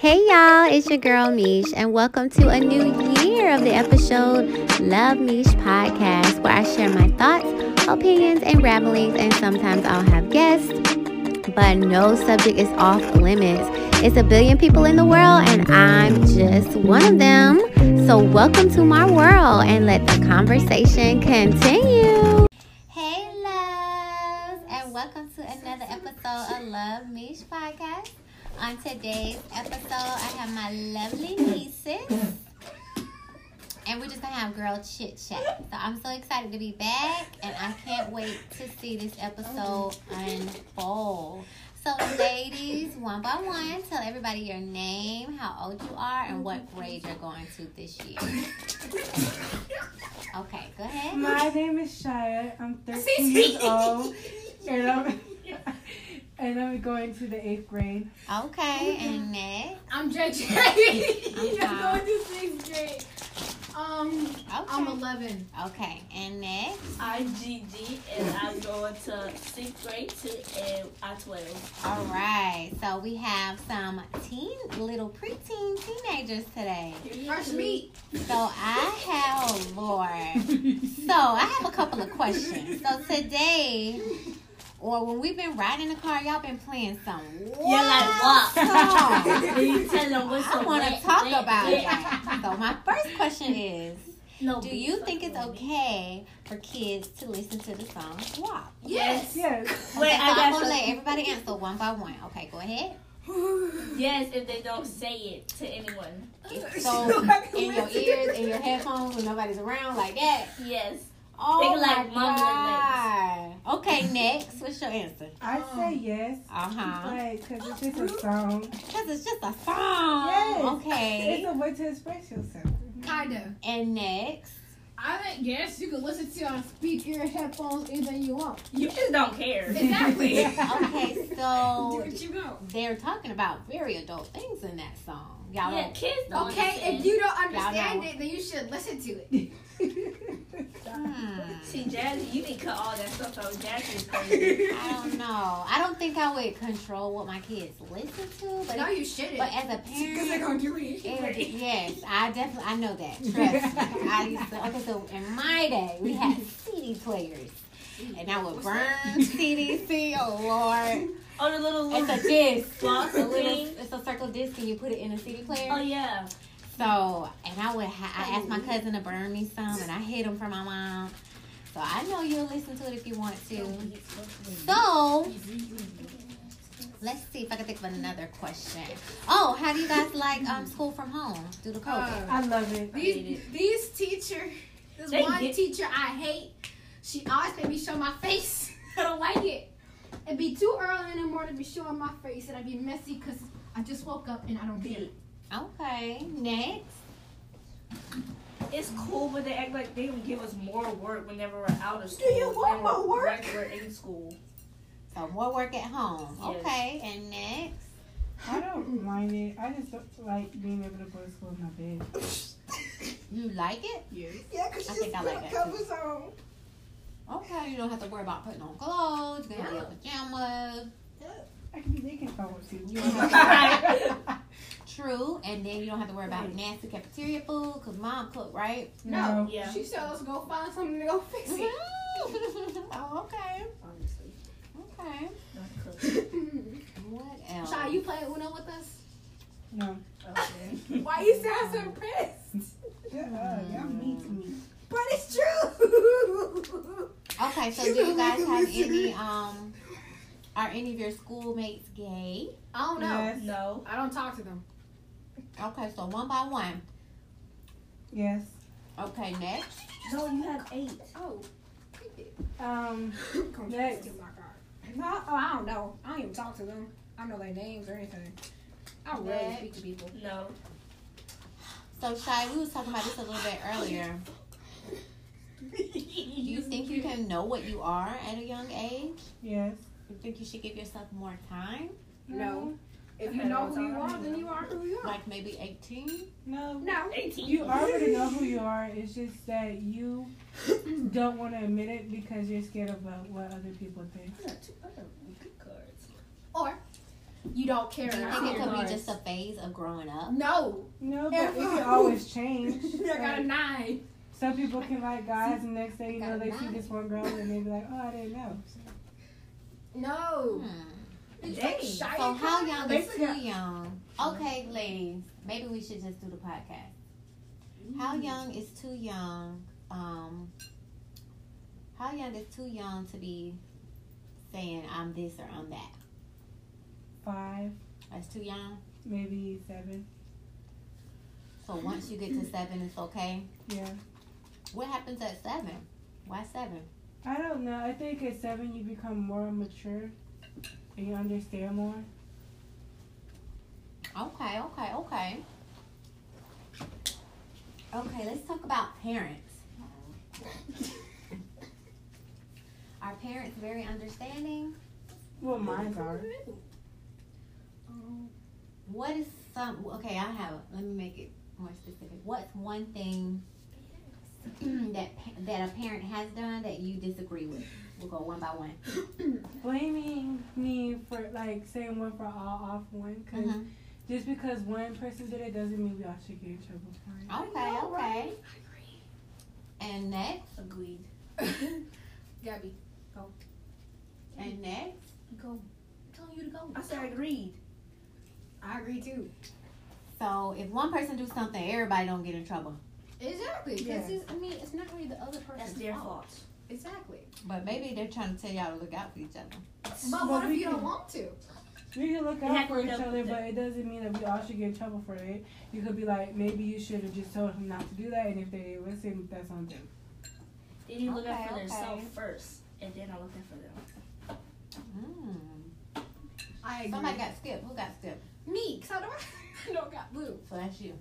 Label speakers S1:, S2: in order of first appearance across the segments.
S1: Hey y'all, it's your girl Mish, and welcome to a new year of the episode Love Mish Podcast, where I share my thoughts, opinions, and ramblings, and sometimes I'll have guests, but no subject is off limits. It's a billion people in the world, and I'm just one of them. So, welcome to my world, and let the conversation continue. Hey, loves, and welcome to another episode of Love Mish Podcast. On today's episode, I have my lovely nieces. And we're just gonna have girl chit chat. So I'm so excited to be back, and I can't wait to see this episode unfold. So, ladies, one by one, tell everybody your name, how old you are, and what grade you're going to this year. Okay, go ahead.
S2: My name is Shia. I'm 13 years old, and I'm and I'm going to the eighth grade.
S1: Okay,
S3: Mm-hmm.
S1: and next.
S4: I'm judging.
S1: I'm
S4: I'm
S1: sorry.
S4: going to sixth grade. Um, I'm
S1: Okay.
S4: 11.
S1: Okay, and next.
S3: I'm GG and I'm going to sixth grade to and I twelve.
S1: All right, so we have some teen, little preteen teenagers today.
S4: First meet.
S1: So I have, oh Lord. So I have a couple of questions. So today, or when we've been riding in the car, y'all been playing some
S3: You're like what?
S1: wild songs.
S3: And you tell them what's
S1: I
S3: up.
S1: want to talk about it. So my first question is,
S3: No,
S1: do
S3: but
S1: you
S3: fuck
S1: think it's
S3: with me.
S1: okay for kids to listen to the song WAP?
S4: Yes.
S2: Yes.
S3: Wait,
S1: Okay, so
S3: I
S1: I'm
S3: got
S1: gonna
S3: some-
S1: let everybody answer one by one. Okay, go ahead.
S3: Yes, if they don't say it to anyone.
S1: So in your ears, in your headphones, when nobody's around, like that.
S3: Yes.
S1: Oh
S3: They like
S1: my
S3: mumbling
S1: God. Okay, next, what's your answer?
S2: I say yes.
S1: Uh huh.
S2: Like, cause it's just a song.
S1: Cause it's just a song.
S2: Yes. It's
S1: Okay.
S2: a way to express yourself.
S4: Kind of.
S1: And next,
S4: I think, yes, you can listen to it on speaker, headphones, anything you want.
S3: You just don't care.
S4: Exactly.
S1: okay,
S4: Do
S1: so
S4: what you know.
S1: they're talking about very adult things in that song. Y'all.
S3: Yeah,
S1: don't-
S3: kids don't
S4: Okay, if
S3: understand.
S4: you don't
S1: Y'all
S4: understand
S1: know.
S4: it, then you should listen to it.
S1: Hmm.
S3: See, Jazzy, you didn't cut all that stuff out. Jazzy's crazy.
S1: I don't know. I don't think I would control what my kids listen to, but
S4: No, you shouldn't.
S1: but as a
S4: Because they're
S1: parent,
S4: going to do it.
S1: It would be- yes, I definitely I know that. Trust me. I used to okay, so in my day we had CD players. And I would
S4: What's
S1: burn CDC, oh Lord.
S3: Oh, the little
S1: It's a
S3: little.
S1: disc.
S3: Floss
S1: It's a little,
S3: thing?
S1: it's a circle disc and you put it in a CD
S3: Oh
S1: player.
S3: yeah.
S1: So and I would ha- I asked my cousin to burn me some and I hid them for my mom. So I know you'll listen to it if you want to. So let's see if I can think of another question. Oh, how do you guys like um school from home due to COVID?
S4: Uh,
S2: I love it.
S4: These, these teacher, this
S3: They
S4: one
S3: get-
S4: teacher I hate, she always made me show my face. I don't like it. It'd be too early in the morning to be showing my face, and I'd be messy because I just woke up and I don't care.
S1: Okay, next.
S3: It's cool, but they act like they would give us more work whenever we're out of school.
S4: you want
S3: than
S4: more
S3: we're-
S4: work?
S3: when We're in school.
S1: So more work at home.
S3: Yes.
S1: Okay, and next.
S2: I don't mind it. I just don't like being able to go to school in my bed.
S1: You like it?
S5: Yeah, because
S1: I
S5: she's
S1: think I
S5: put
S1: like that, too.
S5: covers on.
S1: Okay, you don't have to worry about putting on clothes, gonna be in pajamas.
S2: I can be naked if I want to.
S1: True, and then you don't have to worry about nasty cafeteria food because mom cooked, right?
S4: No,
S3: Yeah.
S4: she said let's go find something to go fix it.
S1: oh, okay.
S3: Honestly.
S1: Okay.
S3: Not cool.
S1: What else?
S4: Shy, you play Uno with us?
S2: No.
S4: Why you sound so impressed?
S2: Yeah, y'all mean to me.
S4: But it's true.
S1: Okay, so do you guys have any um are any of your schoolmates gay?
S4: I don't know.
S2: Yes.
S3: No.
S4: I don't talk to them.
S1: Okay, so one by one.
S2: Yes.
S1: Okay, next.
S3: No, you have eight.
S4: Oh.
S2: Um.
S4: Next. No, oh, I don't know. I don't even talk to them. I don't know their names or anything. I rarely
S1: Next.
S4: speak to people.
S3: No.
S1: So Shy, we was talking about this a little bit earlier. Do you think you can know what you are at a young age?
S2: Yes.
S1: You think you should give yourself more time?
S4: No. If you
S3: Okay,
S4: know
S3: that's
S4: who you
S3: all I
S4: are, then you are who you are.
S1: Like maybe 18?
S2: No.
S4: No.
S3: 18.
S2: You already know who you are. It's just that you don't want to admit it because you're scared of uh, what other people think.
S3: I got two other good cards.
S4: Or you don't care.
S1: Do you
S4: I
S1: think it
S4: don't
S1: could be
S4: care.
S1: just a phase of growing up?
S4: No.
S2: No, but it can always change.
S4: I got a
S2: Like,
S4: nine.
S2: some people can like guys, and next thing you
S1: Got
S2: know,
S1: a
S2: they see
S1: nine.
S2: this one girl and they be like, "Oh, I didn't know."
S4: No.
S1: Hmm.
S4: It's
S3: Dang.
S4: like Shia
S1: So how
S4: Khan.
S1: young
S3: They
S1: is too
S3: forgot-
S1: young? Okay, ladies, maybe we should just do the podcast. How young is too young? Um, how young is too young to be saying I'm this or I'm that?
S2: Five,
S1: That's too young.
S2: maybe seven.
S1: So once you get to seven, it's okay.
S2: Yeah,
S1: What happens at seven? Why seven?
S2: I don't know. I think at seven you become more mature and you understand more.
S1: Okay, okay, okay. Okay, let's talk about parents. Are parents very understanding?
S2: Well, mine are.
S4: Um,
S1: What is some? Okay, I have. Let me make it more specific. What's one thing that pa- that a parent has done that you disagree with? We'll go one by one.
S2: Blaming me for like saying one for all off one, because
S1: Mhm.
S2: just because one person did it doesn't mean we all should get in trouble for it.
S1: Okay,
S4: know,
S1: okay.
S4: right?
S1: And next,
S3: Agreed.
S4: Gabby,
S1: and next.
S4: go. I'm telling you to go.
S3: I said agreed.
S4: I agree too.
S1: So if one person do something, everybody don't get in trouble.
S4: Exactly. Because
S2: Yeah.
S4: I mean, it's not really the other person's
S3: That's their fault.
S4: Exactly.
S1: But maybe they're trying to tell y'all to look out for each other.
S4: But what
S2: Well,
S4: if
S2: we
S4: you don't
S2: can-
S4: want to?
S2: We can look
S3: You
S2: out
S3: have
S2: for
S3: to
S2: each
S3: know
S2: other,
S3: that-
S2: but it doesn't mean that we all should get in trouble for it. You could be like, maybe you should have just told him not to do that, and if they listen, that's on them.
S3: They need to look out for
S1: Okay, okay.
S3: themselves first, and then I look out for them.
S1: Mm.
S4: I agree.
S1: Somebody got skipped. Who got skipped?
S4: Oh me, cause I don't, I don't got blue.
S1: So that's you.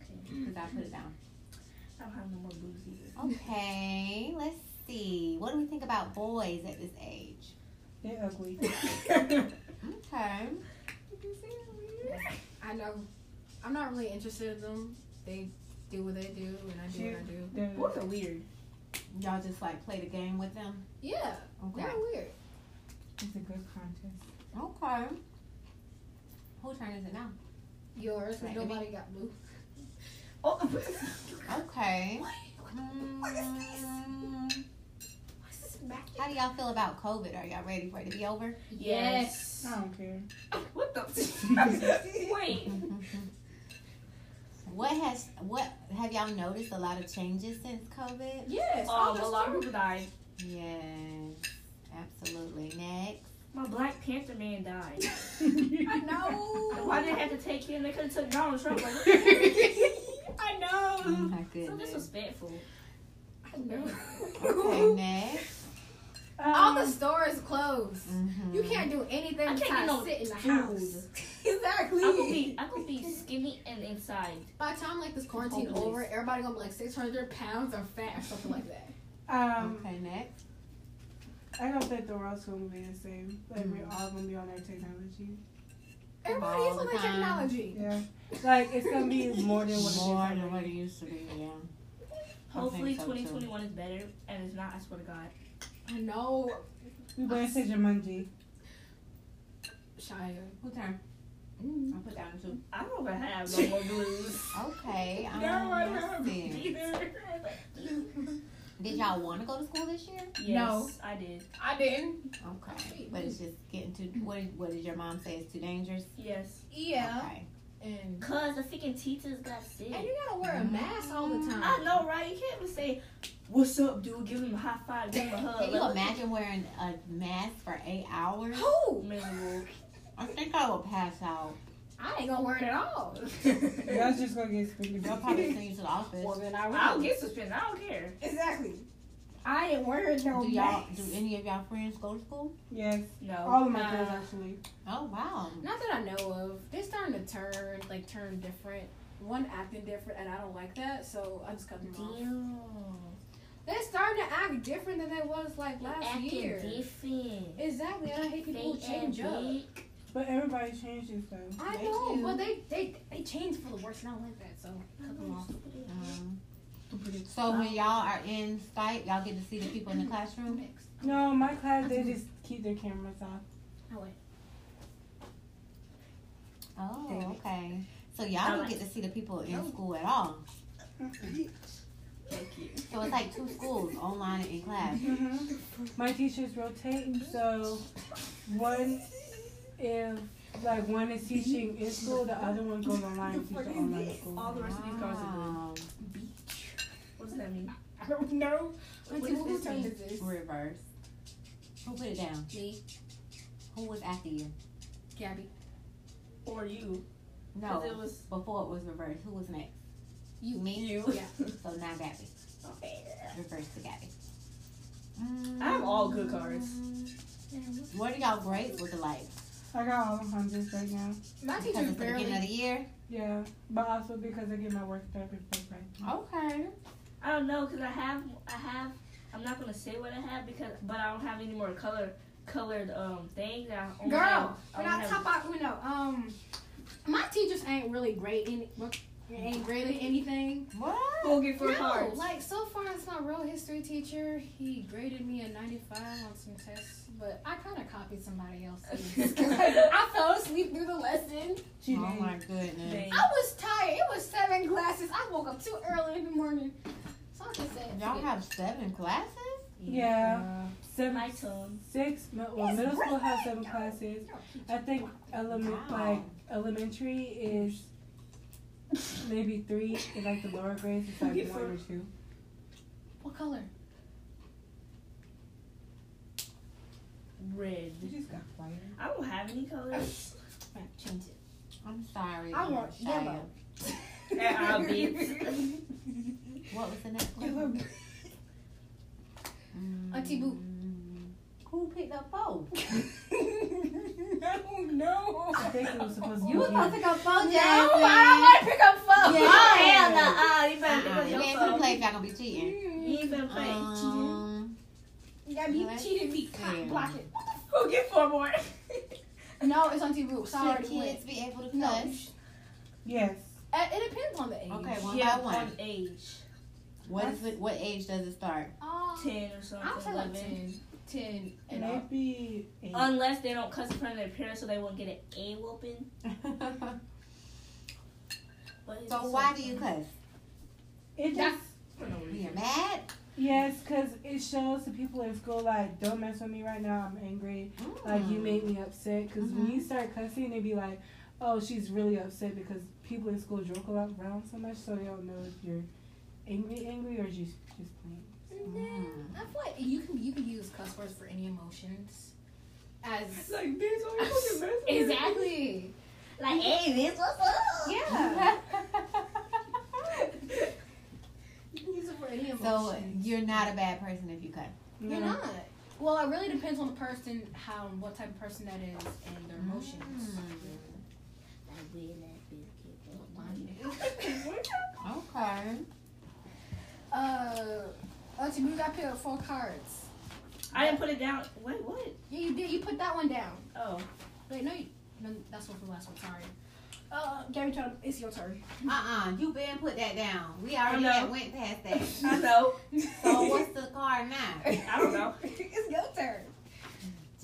S3: Okay.
S1: Cause I put it down.
S3: I don't have no more booze either.
S1: Okay, let's see. What do we think about boys at this age?
S2: They're ugly.
S1: Okay.
S4: I know. I'm not really interested in them. They do what they do, and I do what I do.
S2: They're-
S3: Boys are weird.
S1: Y'all just like play the game with them.
S4: Yeah,
S1: Okay.
S4: they're weird.
S2: It's a good contest.
S1: Okay. Whose turn is it now?
S4: Yours,
S1: Right, let
S4: cause
S1: me-
S4: nobody got blue.
S3: Oh,
S1: Okay.
S4: What? What is
S1: Mm,
S4: What's this back?
S1: How do y'all feel about COVID? Are y'all ready for it to be over?
S3: Yes.
S2: I don't care.
S3: what the? Wait.
S1: What has what have y'all noticed a lot of changes since COVID?
S4: Yes.
S3: Um, a
S4: that's
S3: lot of
S4: true.
S3: people died.
S1: Yes, absolutely. Next.
S3: My Black Panther man died.
S4: I know.
S3: Why they had to take him? They could have took Donald Trump. Like, what the-
S4: I
S1: Oh
S4: know.
S1: my
S3: so
S1: goodness.
S3: disrespectful.
S4: I know.
S1: Okay, next.
S4: All the
S2: Um,
S4: stores closed.
S1: Mhm.
S4: You can't do anything
S3: I can't
S4: besides
S3: get no
S4: sit in the
S3: food.
S4: house. exactly.
S3: I could be, I could be skinny and inside.
S4: By the time like this quarantine
S3: Hopefully.
S4: over, everybody gonna be like six hundred pounds or fat or something like that.
S2: um,
S1: Okay, next.
S2: I don't think the world's gonna be the same. Like we're
S1: Mm.
S2: all gonna be on that technology.
S4: Everybody
S1: All
S4: is on
S1: the
S4: that
S1: time.
S4: technology.
S2: Yeah. Like it's gonna be more than what it is.
S1: More
S2: already.
S1: than what it used to be. Yeah.
S3: Hopefully,
S1: so, too.
S3: 2021 is better, and it's not. I swear to God.
S4: I know,
S2: We went to Jumanji.
S4: Shia.
S1: Who turn?
S4: Mm.
S1: I put down two.
S3: I don't even have no more blues.
S1: Okay. Um,
S3: No, I
S1: let's
S3: have
S1: see.
S3: neither.
S1: Did y'all want to go to school this year?
S3: Yes,
S4: No.
S3: I did.
S4: I didn't.
S1: Okay, but it's just getting too. What did, what did your mom say? It's too dangerous.
S3: Yes.
S4: Yeah.
S1: Okay.
S4: And
S3: Cause the freaking teachers got
S4: and
S3: sick.
S4: you gotta wear a mask all the time.
S3: I know, right? You can't even say, "What's up, dude?" Give him a high five, give him a hug.
S1: Can you
S3: Like,
S1: imagine wearing a mask for eight hours?
S4: Who?
S3: Miserable.
S1: I think I will pass out.
S4: I ain't gonna wear it at all.
S2: Y'all just gonna get spooky.
S1: They'll probably send you to the office.
S4: Well, then I
S3: I'll
S4: will.
S3: get suspended. I don't care.
S4: Exactly. I ain't wearing no
S1: Do y'all?
S4: mask.
S1: Do any of y'all friends go to school?
S2: Yes.
S3: No.
S2: All of my
S3: Nah.
S2: girls actually.
S1: Oh wow.
S4: Not that I know of. They're starting to turn, like turn different. One acting different, and I don't like that, so I just cut them off.
S3: Damn.
S4: They're starting to act different than they was like last
S3: Acting
S4: year.
S3: different.
S4: Exactly, and I hate people who
S3: Fake
S4: change
S3: and
S4: up.
S3: big.
S2: But everybody changes though.
S4: I
S1: They
S4: know,
S1: do.
S4: but they they they change for the worse, and I don't like that. So cut them off.
S1: Um, so when y'all are in Skype, y'all get to see the people in the classroom.
S4: Next.
S2: No, my class they just keep their cameras off.
S4: Oh, wait.
S1: Oh, okay. So y'all don't get to see the people in school at all.
S3: Thank you.
S1: So it's like two schools, online and in class.
S2: Mhm. My teachers rotating, so one if like one is teaching in school, the other one goes online and teaches online
S3: All
S2: school.
S3: the rest of these cars are blue.
S1: Wow.
S3: Beach. What does that mean? I don't know. What
S4: Auntie,
S3: does
S4: whose
S3: this
S4: turn
S3: mean?
S4: is this?
S1: Um, Reverse. Who put it down?
S4: Me,
S1: Who was after you?
S4: Gabby,
S3: Or you.
S1: No.
S3: 'Cause it was-
S1: Before it was reversed. Who was next?
S4: you,
S1: Me?
S4: Yeah.
S1: So now Gabby. Reverse to Gabby. Mm.
S3: I have all good cards.
S1: What are y'all grades looking like?
S2: I got all the hundreds right now.
S4: My
S1: Because
S4: teacher's
S1: it's the beginning of
S4: barely.
S1: the year?
S2: Yeah, but also because I get my work done before break.
S1: Okay.
S3: I don't know because I have I have I'm not gonna say what I have because but I don't have any more color colored um things. I only
S4: Girl,
S3: have- I
S4: we're
S3: only
S4: not
S3: have-
S4: top out. You know, um, my teachers ain't really great in ain't great at anything.
S1: What?
S3: We'll get four cards.
S4: like so far, it's my real history teacher. He graded me a 95 on some tests, but I kind of copied somebody else's. I fell asleep through the lesson.
S2: She
S1: oh
S2: did.
S1: my goodness.
S3: Dang.
S4: I was tired. It was seven classes. I woke up too early in the morning. So I just said,
S1: Y'all have seven classes?
S2: Yeah, seven,
S3: My tongue.
S2: six. mi- Well, middle school has seven classes. I think element
S1: Wow.
S2: like elementary is maybe three, and like the lower grades is like
S3: Get
S2: one or
S3: four.
S2: two.
S4: What color?
S3: Red.
S2: You just got quiet.
S3: I don't have any colors.
S4: Right, change it.
S1: I'm sorry.
S4: I want
S1: Shia.
S4: yellow.
S3: Yeah, I'll be
S1: What was the next one?
S4: Yellow.
S1: Mm.
S4: Auntie Boo.
S1: Who picked up both?
S4: I don't know.
S2: I think it was supposed to be
S1: You was supposed
S2: you.
S1: to go both,
S4: No, I don't want to pick up phone.
S1: Yeah.
S4: Oh,
S3: hell no! Uh, you better
S1: Uh-uh.
S3: pick
S1: You
S3: up
S1: ain't
S3: your
S1: gonna
S3: phone.
S1: play if y'all gonna be cheating.
S3: You ain't gonna play.
S1: Um,
S4: Yeah, you
S1: Let's
S4: cheated
S1: see.
S4: me. Cock block it.
S3: We'll get four more.
S4: No, it's on TV rules. Sorry,
S1: should kids be able to
S4: No.
S1: cuss?
S2: Yes.
S4: Uh, it depends on the age.
S1: Okay, one
S3: yeah,
S1: by one.
S3: on age
S1: What is it, what age does it start?
S4: Um,
S3: ten or something.
S4: I would say like
S3: 11.
S4: 10. 10 and up.
S2: Maybe eight.
S3: Unless they don't cuss in front of their parents, so they won't get an A whooping. But it's
S1: so
S3: just
S1: why
S3: so
S1: do you
S3: funny.
S1: cuss?
S2: It just
S3: For no reason.
S1: You're mad?
S2: yes, cause it shows the people in school like don't mess with me right now. I'm angry. Like
S1: Mm-hmm. Hmm.
S2: you made me upset. because when you start cussing, they be like, oh, she's really upset because people in school joke about around so much, so they don't know if you're angry, angry or just just playing.
S4: And then Mm-hmm. I feel like you can you can use cuss words for any emotions. As
S3: like, bitch, why
S4: you fucking exactly.
S3: Like, hey, bitch, what's up?
S4: Yeah. you can use it for any emotion.
S1: so you're not a bad person if you cuss.
S4: You're not. Well, it really depends on the person, how and what type of person that is, and their emotions. Mm.
S1: Okay.
S4: Uh, Auntie, you got picked up four cards.
S3: I didn't put it down. Wait, what?
S4: Yeah, you did. You put that one down.
S3: Oh.
S4: Wait, no, you, no that's one for the last one. Sorry. Uh, Gary, try to- it's your turn.
S1: Uh uh you been put that down. We already
S3: I know.
S1: had went past that.
S3: I know.
S1: So what's the card now?
S3: I don't know.
S4: it's your turn.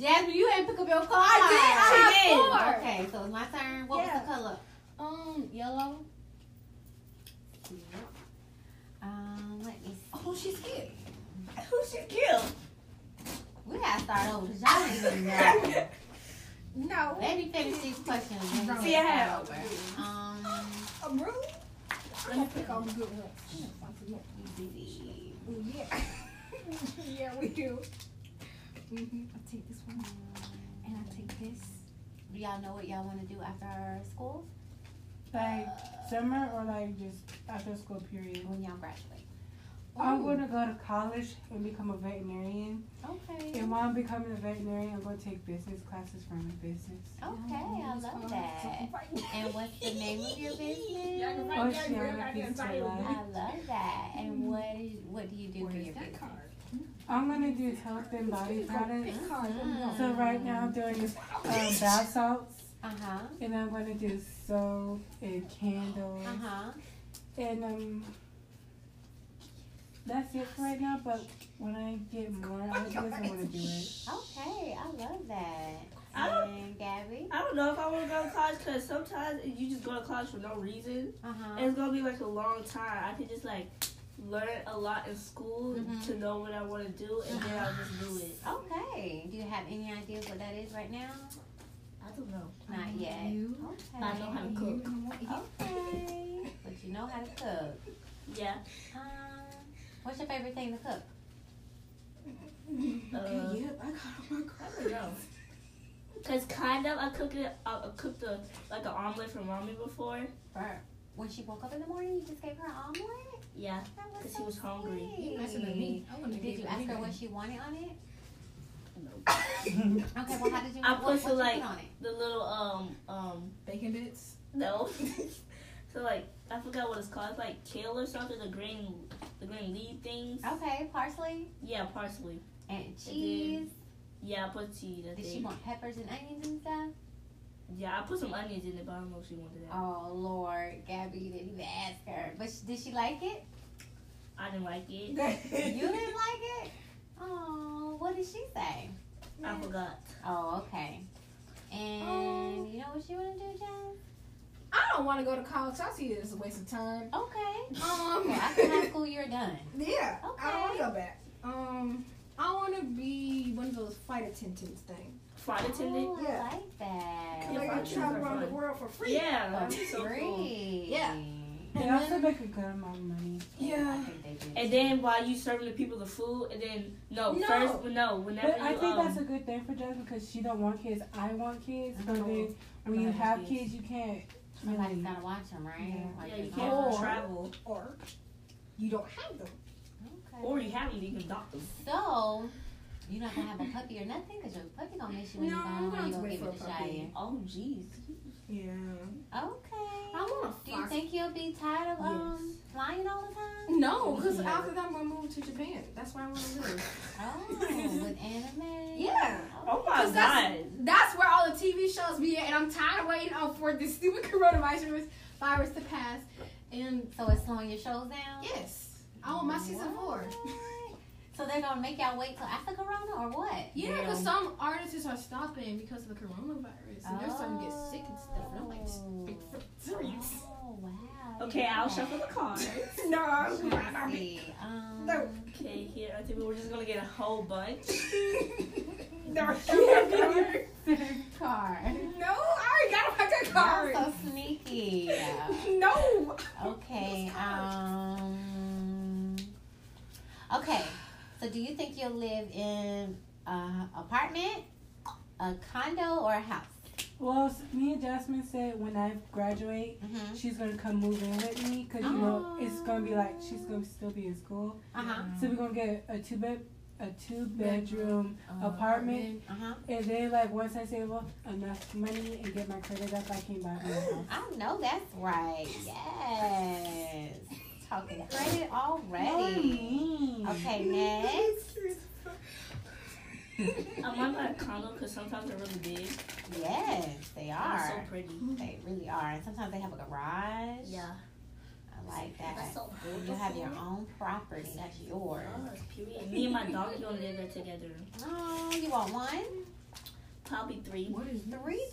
S1: Jasmine, you didn't pick up your card.
S4: I did. I have four.
S1: Okay, so it's my turn. What was the color?
S4: Um, yellow.
S1: Um, let me. See.
S4: Who she skipped?
S3: Who should kill?
S1: We gotta start over because y'all didn't even know.
S4: No.
S1: Let me finish these questions. and then
S3: See, I
S1: start
S3: have.
S1: over. Um,
S4: A room? I'm gonna pick on the good ones.
S1: easy.
S4: Yeah. yeah, we do. hmm I take this one and I take this.
S1: Do y'all know what y'all want to do after school
S2: Like summer or like just after school period.
S1: Uh, when y'all graduate?
S2: I'm gonna go to college and become a veterinarian.
S1: Okay.
S2: And while I'm becoming a veterinarian, I'm gonna take business classes for my business.
S1: Okay, I love that. And what's the name of your business?
S2: Oceanic is
S1: I
S2: alive.
S1: love that. And what is, what do you do for
S4: Where's
S1: your
S4: that
S1: business?
S4: card?
S2: I'm gonna do health and body products.
S1: Mm.
S2: So right now I'm doing um, bath salts,
S1: Uh huh.
S2: and I'm gonna do soap and candles,
S1: Uh huh.
S2: and um, that's it for right now. But when I get more ideas, I'm gonna do it.
S1: Okay, I love that.
S3: I don't-
S1: And Gabby.
S3: I don't know if I want to go to college because sometimes you just go to college for no reason.
S1: Uh
S3: And
S1: huh.
S3: it's gonna be like a long time. I could just like learn a lot in school
S1: Mhm.
S3: to know what I want to do, and then I'll just do it.
S1: Uh-huh. Okay. Do you have any idea what that is right now? Um,
S3: I don't know.
S1: Not yet.
S4: You.
S1: Okay.
S3: But I know how to cook.
S1: Okay. But you know how to cook.
S3: Yeah.
S1: Um, what's your favorite thing to cook?
S3: Uh,
S4: yep, I got all my
S3: I don't know. Cause kind of I cooked it. I I cooked a like an omelet for mommy before.
S1: For when she woke up in the morning, you just gave her an omelet.
S3: Yeah.
S1: That was
S3: 'Cause
S1: so
S3: she was hungry.
S1: sweet.
S4: I want
S1: Did you ask her what she wanted on it? Okay, well, how did you?
S3: I
S1: what,
S3: put
S1: what
S3: some,
S1: you
S3: like-
S1: put on it?
S3: The little um um
S4: Bacon bits.
S3: no. so like I forgot what it's called. It's like kale or something. The green the green leaf things.
S1: Okay, parsley
S3: Yeah, parsley.
S1: and cheese.
S3: Yeah, I put cheese. I
S1: Did she
S3: think.
S1: want peppers and onions and stuff?
S3: Yeah, I put some onions in it, but I don't know if she wanted that.
S1: Oh Lord, Gabby, you didn't even ask her. But she, did she like it?
S3: I didn't like it.
S1: You didn't like it? Oh, what did she say?
S3: I forgot.
S1: Oh, okay. And you know what she want to do, Jen?
S4: I don't want to go to college. I see it as a waste of time.
S1: Okay.
S4: Um,
S1: Okay, after high school, you're done.
S4: yeah, I don't want
S1: Okay.
S4: to go back. Um, I want to be one of those flight attendants thing.
S3: Flight attendant.
S1: Oh, I
S4: Yeah.
S1: like that.
S4: like
S3: Yeah, flight
S4: I travel
S3: attendants are
S4: around the
S3: fun.
S4: world for free.
S3: Yeah,
S1: Oh,
S3: that'd be so cool.
S1: great.
S4: Yeah.
S2: They
S4: And
S2: also
S4: then-
S2: make a good amount of money.
S1: I
S4: Yeah.
S1: think they do.
S3: And then while you serving the people the food, and then no,
S4: No.
S3: first no, whenever
S2: But
S3: you
S2: I think
S3: um,
S2: that's a good thing for Jen because she don't want kids. I want kids, but
S3: No.
S2: then when
S3: I
S2: you
S3: don't
S2: have
S3: have kids.
S2: kids, you can't.
S1: Somebody's
S2: really-
S1: gotta watch them, right?
S2: Yeah.
S1: Like,
S3: yeah, you
S1: it's
S3: can't
S1: all-
S4: Or-
S3: travel,
S4: Or you don't have them.
S1: Okay.
S3: or you have them, you can adopt them.
S1: So, you're not gonna have a puppy or nothing because your puppy gonna miss you when
S4: No,
S1: you're
S4: I'm
S1: gone.
S4: gonna
S1: you gonna
S4: wait
S1: give
S4: for
S1: it to
S4: a puppy.
S1: Cheyenne.
S3: Oh jeez.
S2: Yeah.
S1: Okay.
S4: I want a
S1: Do you
S4: fox.
S1: think you'll be tired of um flying all the time?
S4: No, because
S3: Yeah.
S4: after that I'm gonna move to Japan. That's where I want to live.
S1: Oh, with anime.
S4: Yeah.
S3: Oh my
S4: 'Cause that's,
S3: god.
S4: that's where all the TV shows be at, and I'm tired of waiting on for this stupid coronavirus virus to pass. And
S1: So it's slowing your shows down.
S4: yes, I want my season four.
S1: What? So they're gonna make y'all wait till after Corona or what?
S4: Yeah,
S3: Yeah.
S4: because some artists are stopping because of the coronavirus, and they're starting to get sick and stuff. And I'm like, s- serious.
S1: Oh wow.
S3: Okay, I'll shuffle the cards.
S4: No,
S1: Let's
S4: I'm
S1: see. Um,
S4: No.
S3: Okay, here I think we're just gonna get a whole bunch.
S4: No,
S1: Card.
S4: no, I already got my good card.
S1: Y'all so sneaky.
S4: No.
S3: Oh,
S1: Okay. Um. Okay. So, do you think you'll live in a apartment, a condo, or a house?
S2: Well, s- me and Jasmine said when I graduate,
S1: Mm-hmm.
S2: she's gonna come move in with me because you know it's gonna be like she's gonna still be in school.
S1: Uh huh.
S2: So we're gonna get a two bed, a two bedroom apartment,
S1: Uh
S3: Mm-hmm.
S1: huh.
S2: and then like once I save up enough money and get my credit up, I can buy my house.
S1: I know that's right. Yes. Talking credit already.
S2: Money.
S1: Okay. Next.
S3: I might buy a condo because sometimes they're really big.
S1: Yes, they
S3: and It's so
S1: are.
S3: pretty.
S1: They really are. And sometimes they have a garage.
S3: Yeah.
S1: I like that.
S3: That's so
S1: You
S3: beautiful.
S1: have your own property. That's yours.
S3: Yes, period. Oh, Me and my dog gonna live there together.
S1: Oh, you want one?
S3: Probably three.
S4: What is
S1: Three doggies?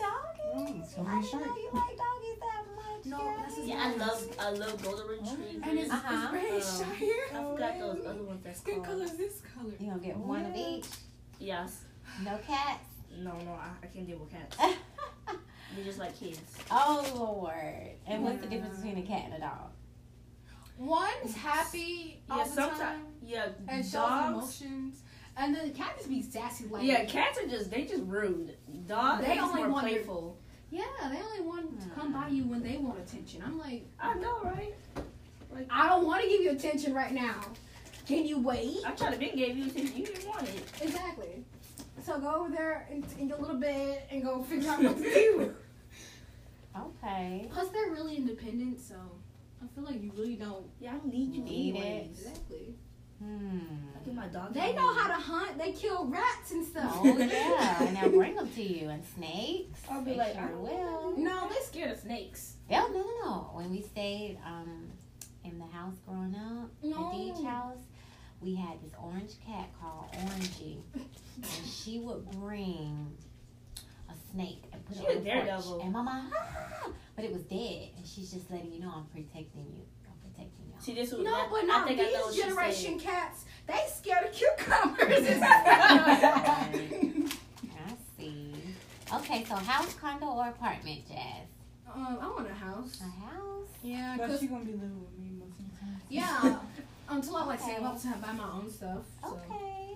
S2: Mm,
S1: I
S2: so
S1: didn't
S2: many
S1: know
S2: sharks.
S1: you like doggies that much.
S4: No,
S1: Shirley.
S4: that's just-
S3: Yeah, I love I love golden retrievers.
S4: And it's,
S1: Uh-huh.
S4: it's
S3: Um,
S4: reddish here.
S3: I forgot those other ones that's
S4: Skin
S3: called.
S4: color is this color.
S1: you gonna get one of
S2: Yeah.
S1: each.
S3: Yes.
S1: No cats.
S3: No, no, I, I can't deal with cats. They're just like kids.
S1: oh Lord! And what's the
S4: Yeah.
S1: difference between a cat and a dog?
S4: One's happy all
S3: yeah,
S4: the
S3: sometimes.
S4: time
S3: Yeah,
S4: and shows
S3: dogs.
S4: emotions, and then the cat just be sassy like
S3: Yeah, cats are just they just rude. Dogs
S4: They
S3: they just
S4: only
S3: more
S4: want your-
S3: playful.
S4: Yeah, they only want to come by you when they want attention. I'm like,
S3: I know, right?
S4: I don't want to give you attention right now. Can you wait?
S3: I tried to been gave you since you didn't want it.
S4: Exactly. So go over there in, in your little bed and go figure out what to do.
S1: Okay.
S4: Plus, they're really independent, so I feel like you really don't.
S3: Yeah, I don't need you
S1: Need it.
S3: anyways.
S4: Exactly.
S1: Hmm.
S3: I get my dog.
S4: They know how to hunt. They kill rats and stuff.
S1: Oh yeah. and they'll bring them to you. And snakes.
S3: I'll be
S1: they
S3: like,
S1: sure
S3: I don't
S1: will.
S4: No, they scared of snakes.
S1: Yeah, no, no, no. When we stayed um, in the house growing up,
S4: No.
S1: at Deej house, we had this orange cat called Orangey, and she would bring a snake and put
S3: She
S1: it
S3: a
S1: on the
S3: daredevil.
S1: porch. And Mama, ah! but it was dead, and she's just letting you know I'm protecting you. I'm protecting you.
S3: See, this was
S4: No, but
S3: I
S4: not
S3: think I know what
S4: these
S3: she's
S4: generation
S3: saying.
S4: cats. They scared of cucumbers.
S1: Right. I see. Okay, so house, condo, or apartment, Jazz?
S4: um, I want a house.
S1: A house.
S4: Yeah,
S2: But
S4: 'cause-
S2: she gonna be living with me most of the time.
S4: yeah. Until I like
S1: Okay.
S4: save up to buy my own stuff. So.
S1: Okay.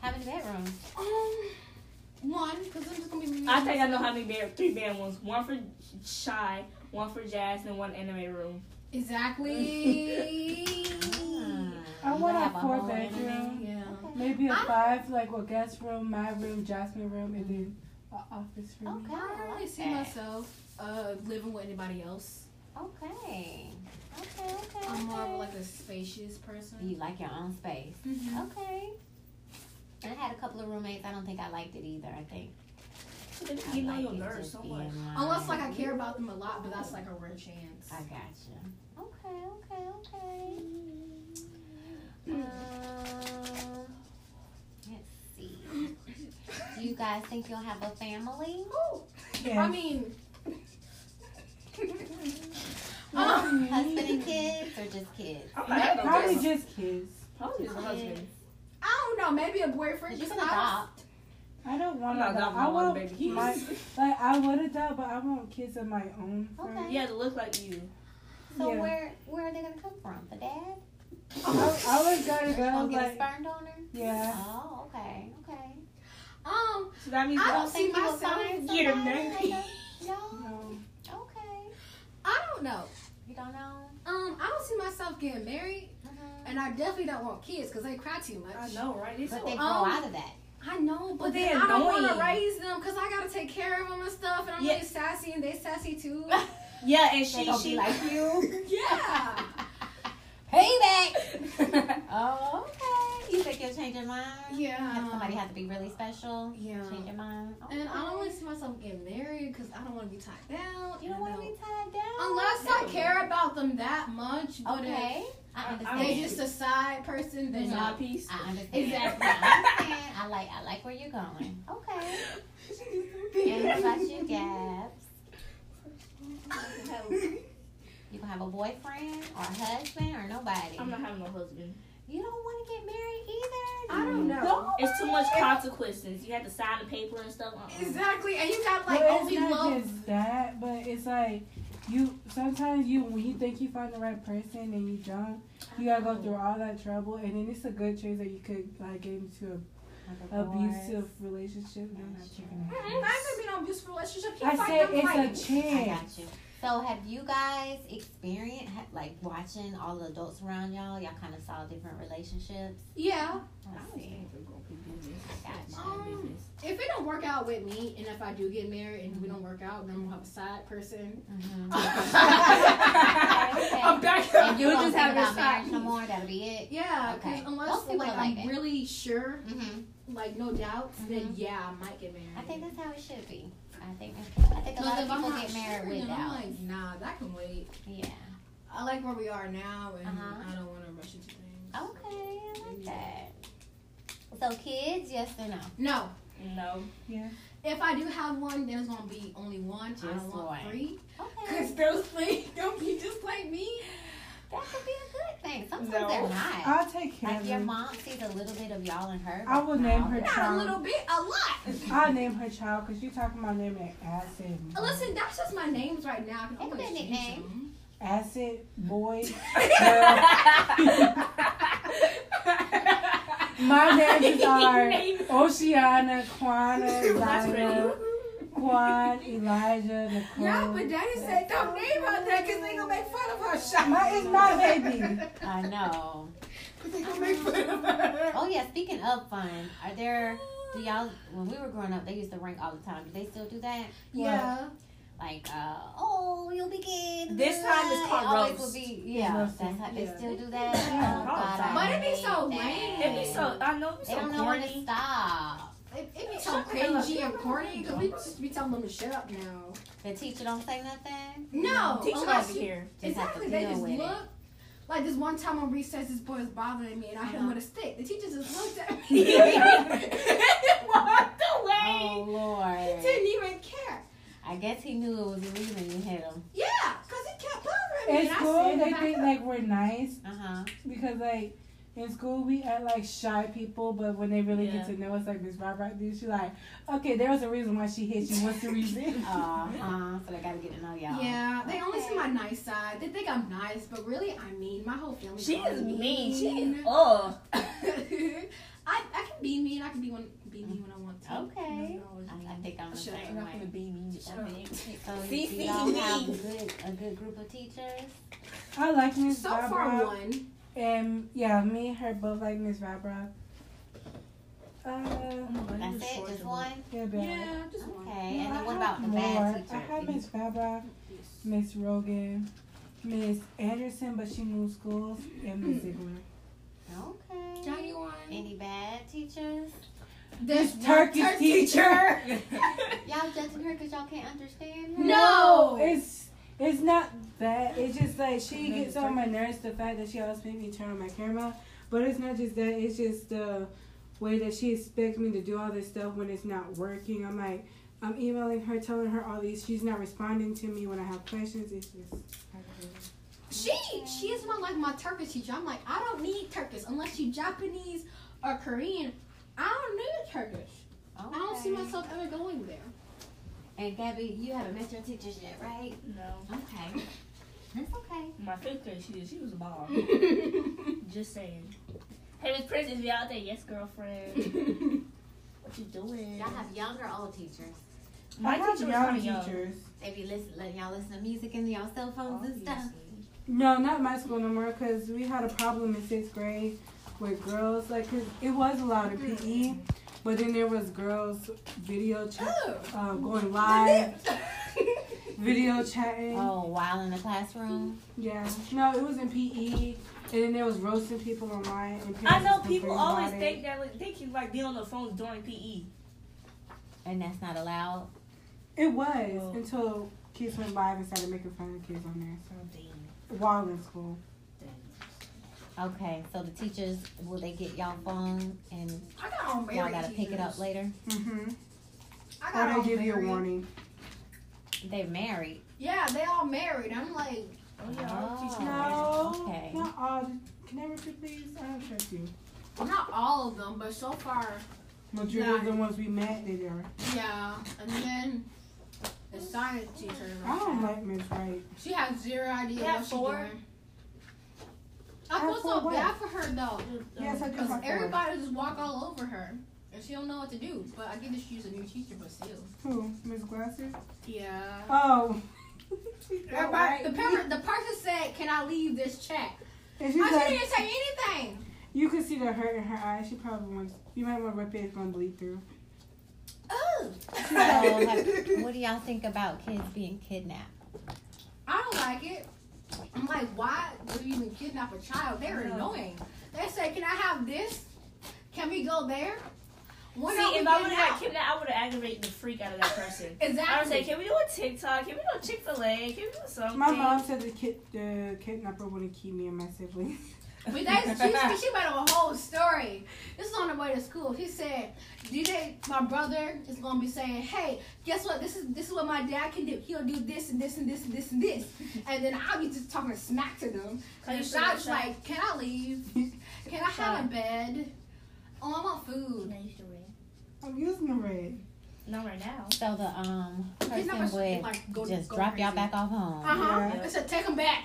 S1: How many bedrooms?
S4: Um, one, because I'm just gonna be.
S3: I think I know how many bear, three band ones. One for shy, one for jazz, and one anime room.
S4: Exactly. Ah.
S3: Ah.
S2: I
S1: You
S2: want
S1: have
S2: a four
S1: whole
S2: bedroom.
S1: living
S4: yeah.
S2: Maybe a
S4: I-
S2: five, like a guest room, my room, Jasmine room, and then an office
S1: room.
S2: room.
S1: Okay.
S4: Mm-hmm. I
S1: I
S4: don't really
S1: like
S4: see
S1: that.
S4: myself uh, living with anybody else.
S1: Okay. Okay. Okay.
S4: I'm more of
S1: okay.
S4: like a spacious person.
S1: You like your own space.
S4: Mhm.
S1: Okay. I had a couple of roommates. I don't think I liked it either. I think I
S3: You know
S1: like
S3: your
S1: it
S3: nerves
S1: just
S3: so
S1: being
S3: much.
S1: mine.
S4: Unless like I care about them a lot, but that's like a rare chance.
S1: I gotcha. Okay. Okay. Okay. Um, let's see. Do you guys think you'll have a family?
S4: Ooh.
S2: Yeah.
S4: I mean. um,
S2: Probably me.
S1: Husband and kids, or just kids?
S3: I'm not having
S2: Probably
S3: a
S2: just kids.
S3: Probably just a husband.
S4: I don't know. Maybe a boyfriend.
S1: You
S4: Just
S1: can
S4: I
S1: adopt.
S2: I don't
S3: I'm
S2: want
S3: not
S2: to.
S3: adopting
S2: I
S3: my own
S2: want
S3: baby. You-
S2: my, like I would adopt, but I want kids of my own. first.
S1: Okay.
S3: Yeah, to look like you.
S1: So
S2: Yeah.
S1: where where are they gonna come from? The dad?
S2: I, I always gotta
S1: You
S2: go
S1: gonna get a
S2: like
S1: sperm donor?
S2: yeah.
S1: Oh, okay, okay.
S4: um,
S3: So that means
S4: I
S1: You
S4: don't see
S1: think you will
S4: myself
S1: find
S3: get a
S1: somebody
S3: man.
S1: like a- No.
S2: No.
S1: Okay.
S4: I don't know.
S1: You don't know.
S4: Um, I don't see myself getting married,
S1: Mhm.
S4: and I definitely don't want kids because they cry too much.
S3: I know, right? It's
S1: But
S3: so
S1: they grow
S4: Um,
S1: out of that.
S4: I know, but
S3: But they
S4: then I don't want
S3: annoying.
S4: to raise them because I gotta take care of them and stuff, and I'm
S3: Yeah.
S4: really sassy, and they sassy too.
S3: yeah, and
S1: They
S3: she
S1: gonna
S3: she
S1: be like you.
S4: yeah.
S1: Payback. oh, okay. You think you'll change your mind? Have somebody
S4: Yeah.
S1: have to be really special.
S4: Yeah.
S1: Change your mind.
S4: And I don't
S1: Okay.
S4: really see myself getting married because I don't want to be tied down.
S1: You don't
S4: and
S1: want to be tied down.
S4: Unless I care about them that much, but
S1: Okay. I
S3: I- I
S1: understand.
S3: don't
S4: if they're just a side person, then
S1: Mhm.
S4: no.
S3: my piece.
S1: I understand.
S4: Exactly.
S1: I understand. I like I like where you're going. Okay. And what about you, Gabs? You gonna have a boyfriend or a husband or nobody?
S3: I'm not having a husband.
S1: You don't want to get married either.
S4: I don't know.
S1: Nobody?
S3: It's too much consequences. You have to sign the paper and stuff. Uh-uh.
S4: Exactly, and you got like
S2: Well, it's
S4: only
S2: not
S4: love.
S2: just that, but it's like you sometimes you when you think you find the right person and you don't, you gotta go through all that trouble, and then it's a good chance that you could like get into a abusive relationship. Then
S1: That's
S2: that's
S1: true.
S2: even-
S4: Mm-mm, I could be in an abusive relationship. He
S2: I
S4: fight
S2: said
S4: them fight.
S2: it's a
S1: I
S2: chance.
S1: got you. So have you guys experienced ha- like watching all the adults around y'all? Y'all kind of saw different relationships.
S4: Oh, Yeah.
S3: I
S1: Let's
S3: don't
S1: see.
S3: think they're gonna be doing this.
S1: Gotcha.
S4: Um, If it don't work out with me, and if I do get married and we don't work out, then I'm gonna have a side person.
S1: Mhm.
S4: I'm back up.
S1: And you
S4: I'm
S1: just
S4: thinking
S1: have about
S4: about
S1: marriage
S4: marriage.
S1: no more. That'll be it.
S4: Yeah,
S1: Okay.
S4: because
S1: Most
S4: unless
S1: people
S4: like
S1: are
S4: I'm
S1: like that.
S4: really sure,
S1: hmm
S4: like no doubts, then
S1: Mhm.
S4: yeah, I might get married.
S1: I think that's how it should be. I think I think a lot
S4: Because
S1: of
S4: if I'm
S1: people
S4: not
S1: get married
S4: sure, then
S1: without.
S4: I'm like, nah, that can wait.
S1: yeah.
S4: I like where we are now, and
S1: Uh-huh. Oh.
S4: I don't want to rush into things.
S1: Okay, I like that. So kids, yes or no?
S4: No,
S3: No.
S2: Yeah.
S4: if I do have one, there's gonna be only one. I
S1: Just
S4: don't want
S1: one.
S4: three.
S1: Okay.
S4: Cause those three don't be just like me.
S1: That could be a good thing. Sometimes
S3: No.
S1: they're not.
S2: I'll take care
S1: Like
S2: of
S1: your
S2: them.
S1: mom sees a little bit of y'all in her.
S2: I will name her
S4: Not a
S2: child.
S4: little bit, a lot. Uh,
S2: I'll name her child because you talking about naming acid.
S4: Listen, that's just my names right now.
S1: It could be a nickname.
S2: Acid boy. My names are Oceana, Quana, Lila, Quan, Elijah, Nicole.
S4: Yeah, but Daddy said don't name her that because they gonna make fun of her. Shut
S2: My is my baby.
S1: I know.
S4: They gonna make fun of her.
S1: Oh yeah. Speaking of fun, are there? Do y'all? When we were growing up, they used to rank all the time. Do they still do that?
S4: Yeah.
S1: Like, uh, oh, you'll be good.
S3: This time it's called
S1: It always
S3: roast.
S1: will be. Yeah,
S2: roasting.
S1: that's how they
S2: Yeah.
S1: still do that.
S2: Yeah.
S1: Oh, God, I
S4: But it be
S1: hate
S4: so lame.
S1: that.
S3: It'd be so. I know. It'd be
S1: They
S3: so
S1: don't know when to
S3: corny.
S1: stop.
S4: It, it be so
S3: Shut the hell up.
S4: cringy and corny because we just be telling them to shut up now.
S1: The teacher don't say nothing.
S4: No,
S3: Teacher
S4: unless
S3: over
S4: you
S3: here.
S1: Just have to
S4: exactly. They
S1: deal
S4: just
S1: with it.
S4: look. Like this one time on recess, this boy was bothering me, and I hit him
S3: Uh-huh.
S4: with a stick. The teacher just looked at me and walked away.
S1: Oh
S4: He
S1: Lord.
S4: didn't even care.
S1: I guess he knew it was illegal and you hit him.
S4: Yeah, because he kept bothering me.
S2: In
S4: and I
S2: school,
S4: said
S2: they
S4: back
S2: think
S4: up.
S2: like we're nice
S1: Uh huh.
S2: because like in school we are like shy people, but when they really
S3: Yeah.
S2: get to know us, like Miss Rob right there, she like, okay, there was a reason why she hit you. What's the reason?
S1: Uh huh. So they gotta get to know y'all.
S4: Yeah, they only see my nice side. They think I'm nice, but really, I mean, my whole family.
S3: She is mean. She is oh.
S4: I, I can be mean. I can be one. Be mean when I want to.
S1: Okay.
S4: That's not always-
S1: I, I think I'm the
S4: Shut up,
S1: same
S4: I'm not
S1: way.
S4: gonna
S1: be me.
S3: Shut up.
S1: So
S3: See,
S1: Um, do
S3: see,
S1: y'all have a
S3: me.
S1: good a good group of teachers?
S2: I like Miss
S4: So
S2: Rob
S4: far,
S2: Rob.
S4: one.
S2: And yeah, me and her both like Miss Rob Rob. Uh,
S1: That's it, just one.
S2: yeah, bad.
S4: Yeah, just one.
S1: Okay. And
S2: I
S1: then what
S2: have
S1: about the
S2: more.
S1: bad
S2: I have
S1: teacher?
S2: Miss Baba, Miss Rogan, Miss Anderson, but she moved schools, and Miss Ziegler.
S1: Okay.
S4: Johnny one.
S1: Any bad teachers?
S4: There's one
S2: Turkish
S4: Turkish
S2: teacher.
S1: Y'all judging her because y'all can't understand her.
S4: No.
S2: it's it's not that. It's just like she gets on my nerves the fact that she always makes me turn on my camera. But it's not just that. It's just the way that she expects me to do all this stuff when it's not working. I'm like. I'm emailing her, telling her all these. She's not responding to me when I have questions. It's just.
S4: She she is one like my Turkish teacher. I'm like, I don't need Turkish unless you Japanese or Korean. I don't need Turkish.
S1: Okay.
S4: I don't see myself ever going there.
S1: And Gabby, you haven't met your teachers yet, right?
S3: No.
S1: Okay. That's okay.
S3: My fifth grade she did. She was a ball.
S4: Wait,
S3: Just saying. Hey Miss Princess, you out there? Yes, girlfriend. What you doing?
S1: Y'all have younger old teachers.
S3: My
S2: I have
S3: teacher was
S2: young
S3: kinda young.
S2: teachers.
S1: They be listen, letting y'all listen to music in y'all cell phones and stuff.
S2: No, not my school no more because we had a problem in sixth grade with girls. Like, 'cause it was a lot of PE, but then there was girls video
S3: Oh.
S2: chat, uh, going live, video chatting.
S1: Oh, while in the classroom.
S2: Yeah. No, it was in PE, and then there was roasting people online. And
S3: I
S2: parents
S3: know
S2: were
S3: people
S2: complaining
S3: always
S2: about
S3: think
S2: it.
S3: that like, they can like be on their phones during E. PE.
S1: And that's not allowed.
S2: It was
S3: Well-
S2: until kids went live and started making fun of kids on there. So while in school,
S1: Okay, so the teachers, will they get y'all phone and
S4: I got on
S1: y'all gotta pick it up later?
S2: mm-hmm.
S4: I got
S2: or
S4: all
S2: they give you a
S4: married.
S2: warning.
S1: They married.
S4: Yeah, they all married. I'm like,
S3: Oh, yeah, I was teaching
S2: No,
S1: Okay.
S2: not all. Can I repeat, please? I don't trust you.
S4: not all of them, but so far,
S2: Madrid
S4: Nah.
S2: is the ones we met. They are.
S4: yeah. And then the science teacher.
S2: I
S4: Oh,
S2: don't like Miss Wright.
S4: She has zero idea
S3: You have
S4: what she's
S3: four?
S4: doing. I
S2: Have
S4: feel
S2: four
S4: so
S2: what?
S4: bad for her though,
S2: Yes, I do.
S4: because
S2: Have everybody.
S4: everybody just walk all over her, and she don't know what to do. But I get that she's a new teacher, but still.
S2: Who? Miss Glasses?
S4: Yeah.
S2: Oh.
S4: Everybody, the, parent, the person said, "Can I leave this chat?"
S2: And
S4: I
S2: she's
S4: she
S2: like,
S4: didn't say anything.
S2: you could see the hurt in her eyes. She probably wants. You might want to rip it. It's gonna bleed through.
S4: Ugh.
S1: So,
S2: "Oh,
S1: have- what do y'all think about kids being kidnapped?
S4: I don't like it. I'm like, why would you even kidnap a child? They're
S3: No.
S4: annoying. They say, "Can I have this? Can we go there?" When
S3: See,
S4: are we
S3: if I would
S4: getting
S3: have got
S4: out?
S3: kidnapped, I would have aggravated the freak out of that person.
S4: exactly.
S3: I would say, can we do a TikTok? Can we do a Chick Fil A? Can we do something?
S2: My mom said the kid, the kidnapper wouldn't keep me and my siblings.
S4: But that, she, she made up a whole story. This is on the way to school. She said, "Do they? My brother is gonna be saying, hey, guess what? This is this is what my dad can do. He'll do this and this and this and this and this.' And then I'll be just talking smack to them.
S3: Can
S4: And
S3: you
S4: the
S3: sit
S4: shop's
S3: outside?
S4: like, can I leave? Can I have a bed? Oh, I want food.
S3: I used to read.
S2: I'm using the red.
S3: Not right now.
S1: So the um
S4: He's
S1: person
S4: not much-
S1: would
S4: like, go-
S1: just
S4: go
S1: drop y'all
S4: crazy.
S1: back off
S4: Uh
S1: home.
S4: huh.
S2: Yeah.
S4: I said, take them back.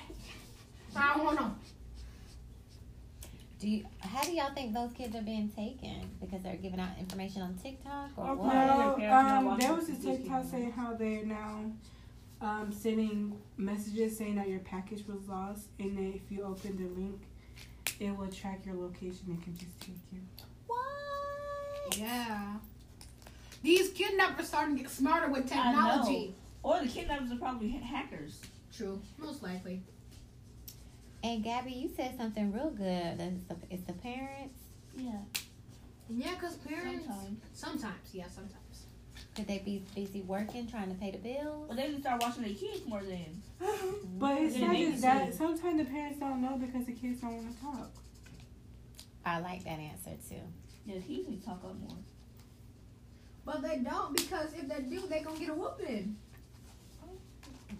S4: I don't want them.
S1: Do you, how do y'all think those kids are being taken? Because they're giving out information on TikTok or
S3: Okay.
S1: what?
S2: No,
S3: Well,
S2: um, there was a TikTok saying how they're now um, sending messages saying that your package was lost, and that if you open the link, it will track your location and can just take you.
S1: What?
S4: Yeah. These kidnappers starting to get smarter with technology.
S3: Or the kidnappers are probably ha- hackers.
S4: True, most likely.
S1: And Gabby, you said something real good. It's the, it's the parents.
S3: Yeah.
S4: Yeah, because parents.
S3: Sometimes.
S4: Sometimes, yeah, sometimes.
S1: Could they be busy working, trying to pay the bills?
S3: But they just start watching their kids more than.
S2: But it's
S3: Yeah,
S2: not
S3: they
S2: just
S3: can
S2: that.
S3: see.
S2: Sometimes the parents don't know because the kids don't want to talk.
S1: I like that answer too.
S3: Yeah, the kids need to talk up more.
S4: But they don't because if they do, they gonna get a whooping.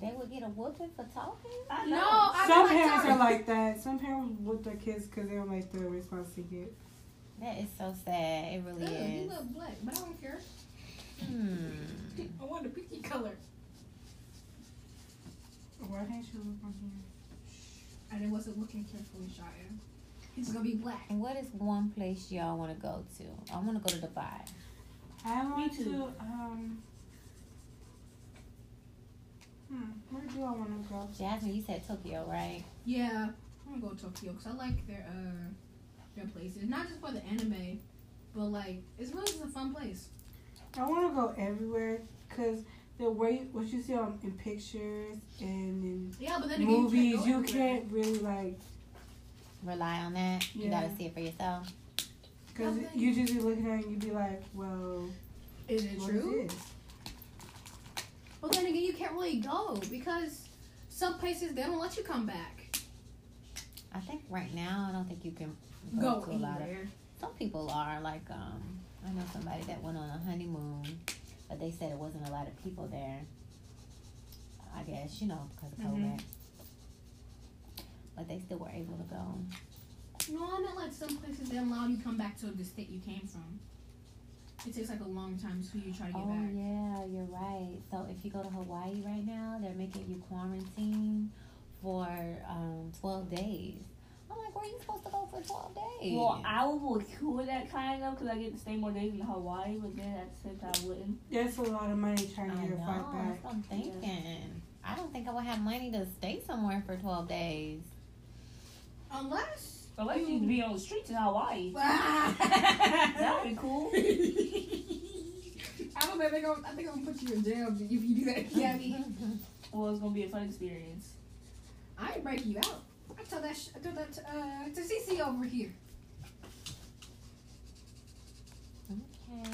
S1: They would get a whooping for talking.
S3: I
S4: No,
S3: know.
S4: I
S2: Some
S4: feel
S2: parents
S4: sorry.
S2: are like that. Some parents whoop their kids because they don't like the response they get.
S1: That is so sad. It really
S4: Ew, you
S1: is.
S4: look black, but I don't care.
S1: Hmm.
S4: I want a pinky color.
S2: Why didn't you look on here?
S4: And I wasn't looking carefully, Shia. He's gonna be black.
S1: And what is one place y'all want to go to? I want to go to Dubai.
S2: I want
S3: too.
S2: to. Um. Hmm. Where do I want to go?
S1: Jasmine, you said Tokyo, right?
S4: Yeah, I'm gonna go to Tokyo because I like their uh their places. Not just for the anime, but like it's really just a fun place.
S2: I want to go everywhere because the way what you see on in pictures and in
S4: Yeah, but then again,
S2: movies,
S4: you
S2: you
S4: can't. Go everywhere.
S2: can't really like
S1: Rely on that. You
S2: Yeah.
S1: gotta see it for yourself.
S2: because
S4: Nothing.
S2: you just be looking at it and you be like, well,
S4: Is it
S2: what
S4: true?
S2: is this?
S4: But then again, you can't really go because some places they don't let you come back.
S1: I think right now, I don't think you can go,
S4: Go,
S1: to a lot of.
S4: anywhere.
S1: Some people are like, um, I know somebody that went on a honeymoon, but they said it wasn't a lot of people there. I guess you know because of
S2: Mhm.
S4: Mm-hmm.
S1: COVID, but they still were able to go.
S4: No, I meant like some places they allow you come back to the state you came from. It takes like a long time to you try to get
S1: Oh
S4: back.
S1: yeah, you're right. So if you go to Hawaii right now, they're making you quarantine for um twelve days. I'm like, where are you supposed to go for twelve days?
S3: Well, I will be cool with that kind of because I get to stay more days in Hawaii, but then at the same time, I wouldn't.
S2: That's a lot of money trying to
S1: I
S2: get
S1: know.
S2: a flight back.
S1: That's what I'm thinking. I don't think I would have money to stay somewhere for twelve days.
S4: Unless.
S3: Unless you be on the streets in Hawaii. That would be cool.
S4: I don't know. They're gonna, I think I'm gonna put you in jail if you do that. Yeah, I mean,
S3: Well, it's going to be a fun experience.
S4: I ain't break you out. I tell that. Sh- I tell that to, uh, to Cece over here.
S1: okay.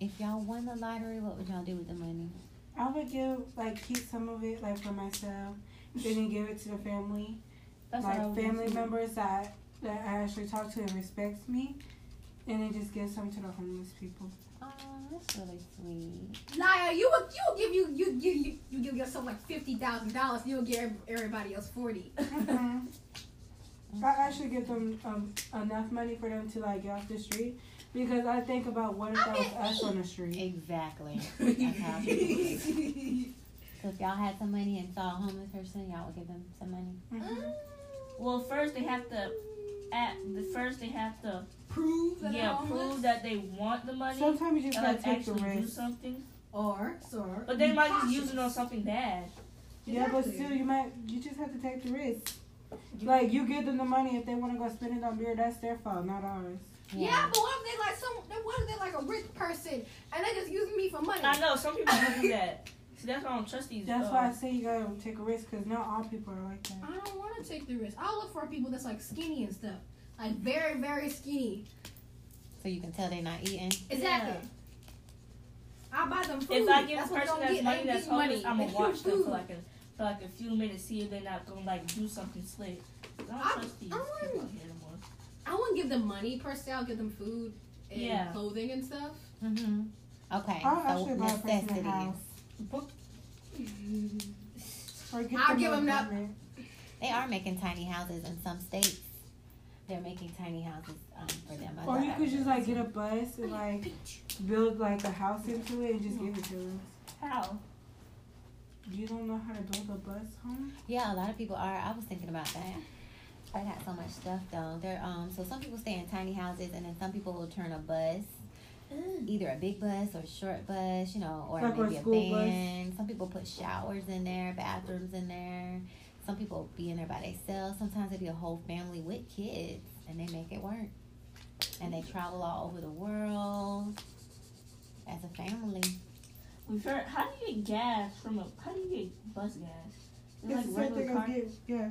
S1: If y'all won the lottery, what would y'all do with the money?
S2: I would give like keep some of it like for myself, then give it to the family,
S3: That's what I
S2: like
S3: would
S2: family
S3: do.
S2: members that that I actually talk to and respects me, and then just give some to the homeless people.
S1: Oh, that's really sweet.
S4: Naya, you would you would give you you give you, you give yourself like fifty thousand dollars. You'll give ev- everybody else forty.
S2: Mhm. Mm-hmm. I actually give them um, enough money for them to like get off the street because I think about what if
S4: I
S2: that was
S4: mean,
S2: us on the street.
S1: Exactly. That's how I feel.
S4: Mm,
S1: So if y'all had some money and saw a homeless person, y'all would give them some money.
S4: Um,
S2: Mhm.
S3: Well, first they have to. At the first, they have to
S4: prove that
S3: yeah
S4: I'm homeless.
S3: prove that they want the money
S2: Sometimes you just
S3: and
S2: gotta
S3: like
S2: take the
S3: actually do
S2: risk.
S3: something.
S4: or so.
S3: But they
S4: be
S3: might just
S4: cautious.
S3: use it on something bad.
S2: Yeah, but
S4: Exactly.
S2: still, you might you just have to take the risk. Like you give them the money if they want to go spend it on beer, that's their fault, not ours.
S4: Yeah. but what if they like some? then What if they like a rich person and they just using me for money?
S3: I know some people don't do that. See, that's why I don't trust these.
S2: That's
S3: uh,
S2: why I say you gotta take a risk because not all people are like that.
S4: I don't want to take the risk. I'll look for people that's like skinny and stuff, like very very skinny.
S1: So you can tell they're not eating.
S4: Exactly. I buy them food.
S3: If I give
S4: that's
S3: a
S4: what
S3: person
S4: they
S3: that's
S4: get.
S3: money
S4: They
S3: that's
S4: get
S3: homeless, I'm
S4: They
S3: gonna
S4: get
S3: watch them
S4: food.
S3: for like a for like a few minutes, see if they're not gonna like do something slick. 'Cause I don't
S4: I-
S3: trust these
S4: I wouldn't-
S3: people out here anymore.
S4: I wouldn't give them money per se. I'll give them food and
S3: Yeah.
S4: clothing and stuff.
S1: Mm-hmm. Okay.
S2: I'll
S1: so
S2: actually buy a person a
S1: necessities.
S2: house. Or get
S4: I'll
S2: them
S4: give
S2: a
S4: 'em that-
S2: apartment.
S1: They are making tiny houses in some states. They're making tiny houses um, for them. I
S2: Or
S1: thought
S2: you
S1: I
S2: could
S1: read
S2: just
S1: that.
S2: like get a bus and like build like a house into it and just give it to them.
S3: How?
S2: You don't know how to build a bus home?
S1: Yeah, a lot of people are. I was thinking about that. I got so much stuff though. They're um so some people stay in tiny houses and then some people will turn a bus,
S2: Mm.
S1: either a big bus or a short bus, you know, or
S2: Like a
S1: maybe a
S2: school bus.
S1: van. Some people put showers in there, bathrooms in there. Some people be in there by themselves. Sometimes it be a whole family with kids and they make it work. And they travel all over the world as a family.
S3: We've heard. How do you get gas from a? How do you get bus gas? It's
S2: It's
S3: like
S2: the same
S3: regular
S2: thing
S3: car.
S2: I get. Yeah.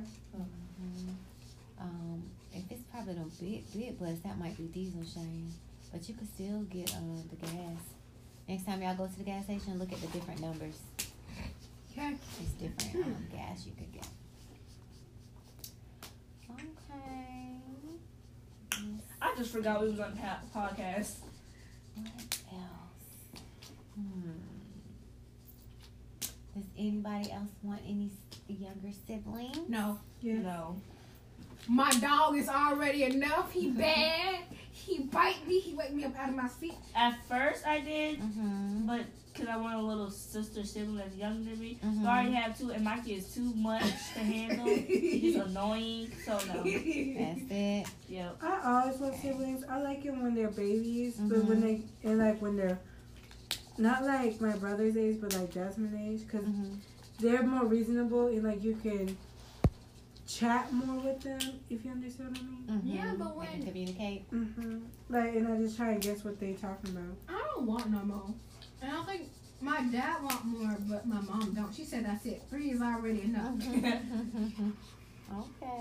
S1: Um, if it's probably the big big bus, that might be diesel shame. But you could still get um the gas. Next time y'all go to the gas station, look at the different numbers.
S4: Okay.
S1: It's different um, gas you could get. Okay.
S3: I just forgot we was on the podcast.
S1: Hmm. anybody else want any s- younger sibling?
S4: No.
S2: Yeah.
S3: No.
S4: My dog is already enough. He bad. He bite me. He wake me up out of my seat.
S3: At first I did,
S1: Mm-hmm.
S3: but because I want a little sister sibling that's younger than me.
S1: Mhm.
S3: So I already have two, and my kid is too much to handle. He's just annoying. So no.
S1: That's it.
S3: Yep.
S2: I always love siblings. I like it when they're babies, but when they and like when they're not like my brother's age, but like Jasmine age, because
S1: Mm-hmm.
S2: they're more reasonable and like you can chat more with them if you understand what I mean.
S1: Mm-hmm.
S4: Yeah, but when-
S1: communicate.
S2: Mm-hmm. Like, and I just try and guess what they talking about.
S4: I don't want no more. And I think my dad want more, but my mom don't. She said that's it. Three is already enough.
S1: okay.